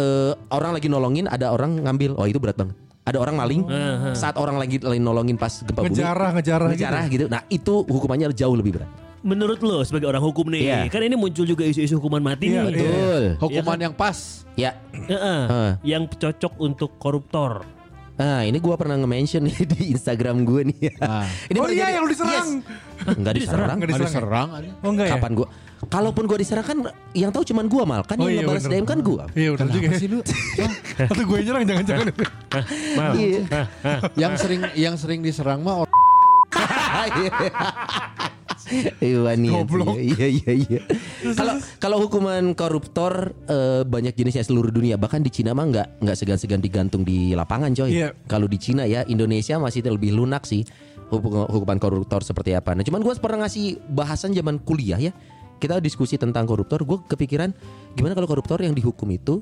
Eh, orang lagi nolongin, ada orang ngambil. Oh, itu berat banget. Ada orang maling.
Hmm,
Saat orang lagi lagi nolongin pas gempa
Ngejarah,
bumi.
ngejarah
ngejarah gitu. Nah, itu hukumannya jauh lebih berat.
Menurut lo sebagai orang hukum nih,
Iya.
kan ini muncul juga isu-isu hukuman mati
Iya,
nih.
iya.
Betul.
Hukuman yang pas.
Ya.
Heeh.
Heeh.
Yang cocok untuk koruptor.
Nah, ini gua pernah nge-mention nih di Instagram gua nih.
Ah.
ini pernah
Oh iya
jadi-
yang lu diserang.
Yes. Enggak diserang.
Nggak
Ada
diserang ya?
serang ada.
Oh enggak ya?
Kapan gua? Kalaupun gua diserang kan yang tahu cuman gua mal. Kan
Oh
yang
iya
ngebalas DM
bener.
kan gua.
Iya udah juga.
Kenapa
ya.
sih lu? Wah,
Atau gue yang nyerang jangan-jangan.
Mal.
Iya.
Nah,
yang sering yang sering diserang mah or-
Iya nih.
Goblok.
Iya iya iya. Kalau kalau hukuman koruptor eh, banyak jenisnya seluruh dunia. Bahkan di Cina mah nggak nggak segan-segan digantung di lapangan coy.
Iya.
Kalau di Cina ya Indonesia masih lebih lunak sih hukum- hukuman koruptor seperti apa. Nah cuman gue pernah ngasih bahasan zaman kuliah ya. Kita diskusi tentang koruptor. Gue kepikiran gimana kalau koruptor yang dihukum itu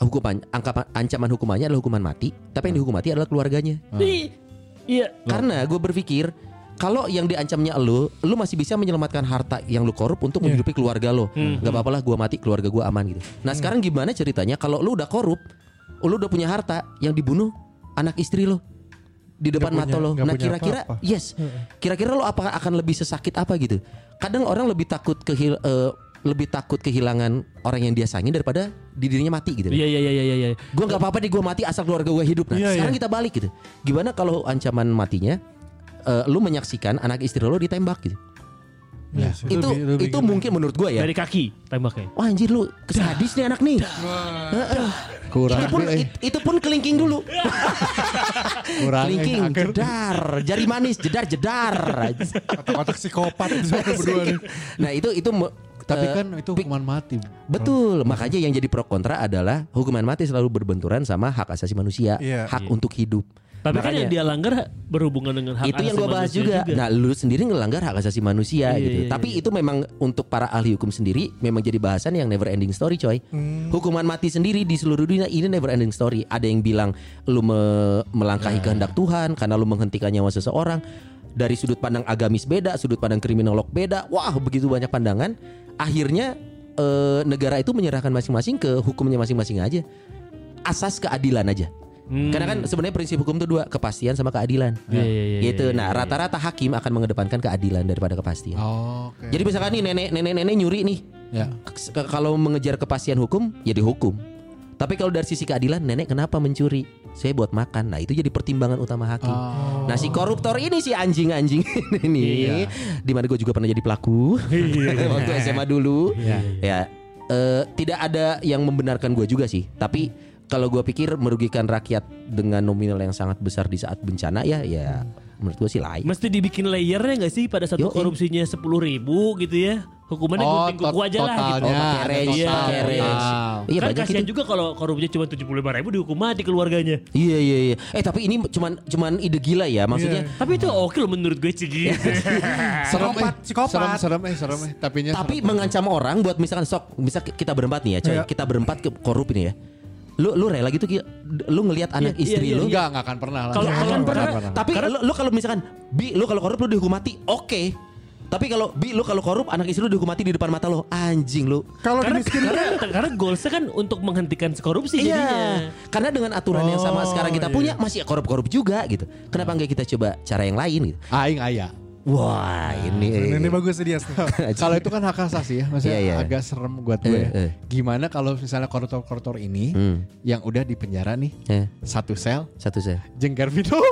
hukuman angkapan ancaman hukumannya adalah hukuman mati. Tapi yang dihukum mati adalah keluarganya.
Ah.
Ih, Iya.
Karena gue berpikir kalau yang diancamnya lo, lo masih bisa menyelamatkan harta yang lo korup untuk
Iya.
menghidupi keluarga lo.
Hmm,
Gak apa-apa lah gue mati, keluarga gue aman gitu. Nah sekarang gimana ceritanya kalau lo udah korup, lo udah punya harta yang dibunuh anak istri lo di depan
punya-
mata lo.
nggak
Nah
punya
kira-kira
apa-apa. Hmm.
yes, kira-kira lo apa akan lebih sesakit apa gitu? Kadang orang lebih takut kehil eh, lebih takut kehilangan orang yang dia sayangi daripada dirinya mati gitu.
Iya iya iya iya iya.
Gue nggak apa-apa deh gue mati asal keluarga gue hidup. Nah,
Iya,
sekarang
iya.
kita balik gitu. Gimana kalau ancaman matinya, eh, lu menyaksikan anak istri lu ditembak gitu?
Iya sih.
Itu
Lebih- lebih
itu
gimana?
mungkin menurut gue ya.
Dari kaki tembaknya.
Wah anjir lu kesadis nih anak nih. Heeh.
Kurang
itu pun
eh,
it- itu pun kelingking dulu.
kurang
kelingking
akhir.
jedar, jari manis jedar jedar.
Kotak-kotak psikopat mereka berdua nih.
nah, itu itu mu-
Tapi
eh,
kan itu hukuman mati.
Betul, makanya yang jadi pro kontra adalah hukuman mati selalu berbenturan sama hak asasi manusia,
Iya.
hak untuk hidup.
Tapi kan
Makanya-
yang dia langgar berhubungan dengan hak
itu yang
asasi
gue bahas
manusia
juga. Nah, lu sendiri ngelanggar hak asasi manusia
Iya,
gitu.
iya,
Tapi itu memang untuk para ahli hukum sendiri memang jadi bahasan yang never ending story, coy.
Hmm.
Hukuman mati sendiri di seluruh dunia ini never ending story. Ada yang bilang lu me- melangkahi
Nah.
kehendak Tuhan karena lu menghentikan nyawa seseorang. Dari sudut pandang agamis beda, sudut pandang kriminolog beda. Wah, begitu banyak pandangan. Akhirnya eh, negara itu menyerahkan masing-masing ke hukumnya masing-masing aja. Asas keadilan aja. Karena kan sebenarnya prinsip hukum itu dua, kepastian sama keadilan
Hmm. Iya, iya, iya,
gitu. Nah, rata-rata hakim akan mengedepankan keadilan daripada kepastian.
Oh, oke.
Jadi misalkan nih nenek nenek nenek nyuri nih,
Ya.
Oh,
K- k- kalau mengejar kepastian hukum, ya dihukum. Tapi kalau dari sisi keadilan, nenek kenapa mencuri? Saya buat makan. Nah, itu jadi pertimbangan utama hakim. Nah, si koruptor ini si anjing-anjing ini nih, dimana gue juga pernah jadi pelaku waktu SMA dulu. Ya, eh, tidak ada yang membenarkan gue juga sih. Tapi kalau gue pikir merugikan rakyat dengan nominal yang sangat besar di saat bencana ya, ya menurut gue sih lain.
Mesti dibikin layernya gak sih pada satu
Yoi.
korupsinya sepuluh ribu gitu ya Hukumannya
Oh,
gunting kuku
tot-
aja lah gitu
totalnya.
Oh, pakai range,
Iya,
pakai
total.
range. Iya
Kan
banyak
kasihan
itu.
juga kalau korupsinya cuma tujuh puluh ribu dihukum mati keluarganya
Iya iya iya. Eh tapi ini cuman cuman ide gila ya maksudnya.
Tapi itu oke loh menurut gue Cigi
Serem eh.
Psikopat, psikopat.
Serem, serem eh, serem eh. Tapinya
Tapi
serem.
mengancam orang buat misalkan sok bisa kita berempat nih ya, coy.
Iya.
Kita berempat ke korup ini ya. Lu lu rela gitu Ki? lu ngelihat anak
Iya,
istri
iya,
lu.
enggak enggak akan pernah lah.
Kalau-
Enggak
kalau
akan
pernah,
Tapi lu, lu kalau misalkan bi lu kalau korup lu dihukum mati, oke. Tapi kalau bi lu kalau korup anak istri lu dihukum mati di depan mata lo, anjing lu.
Kalau
karena,
dimiskinkan
karena, karena goalsnya kan untuk menghentikan korupsi jadinya
Iya, karena dengan aturan yang
Oh,
sama sekarang
iya.
kita punya masih ya korup-korup juga gitu. Kenapa nggak kita coba cara yang lain gitu?
aing aya.
Wah
Nah,
ini,
ini bagus sih dia.
Kalau itu kan hak asasi ya, maksudnya
Iya, iya.
agak serem buat gue.
Eh, eh.
Gimana kalau misalnya koruptor-koruptor ini
Hmm.
yang udah di penjara nih
Eh,
satu sel
satu saya.
jengker video.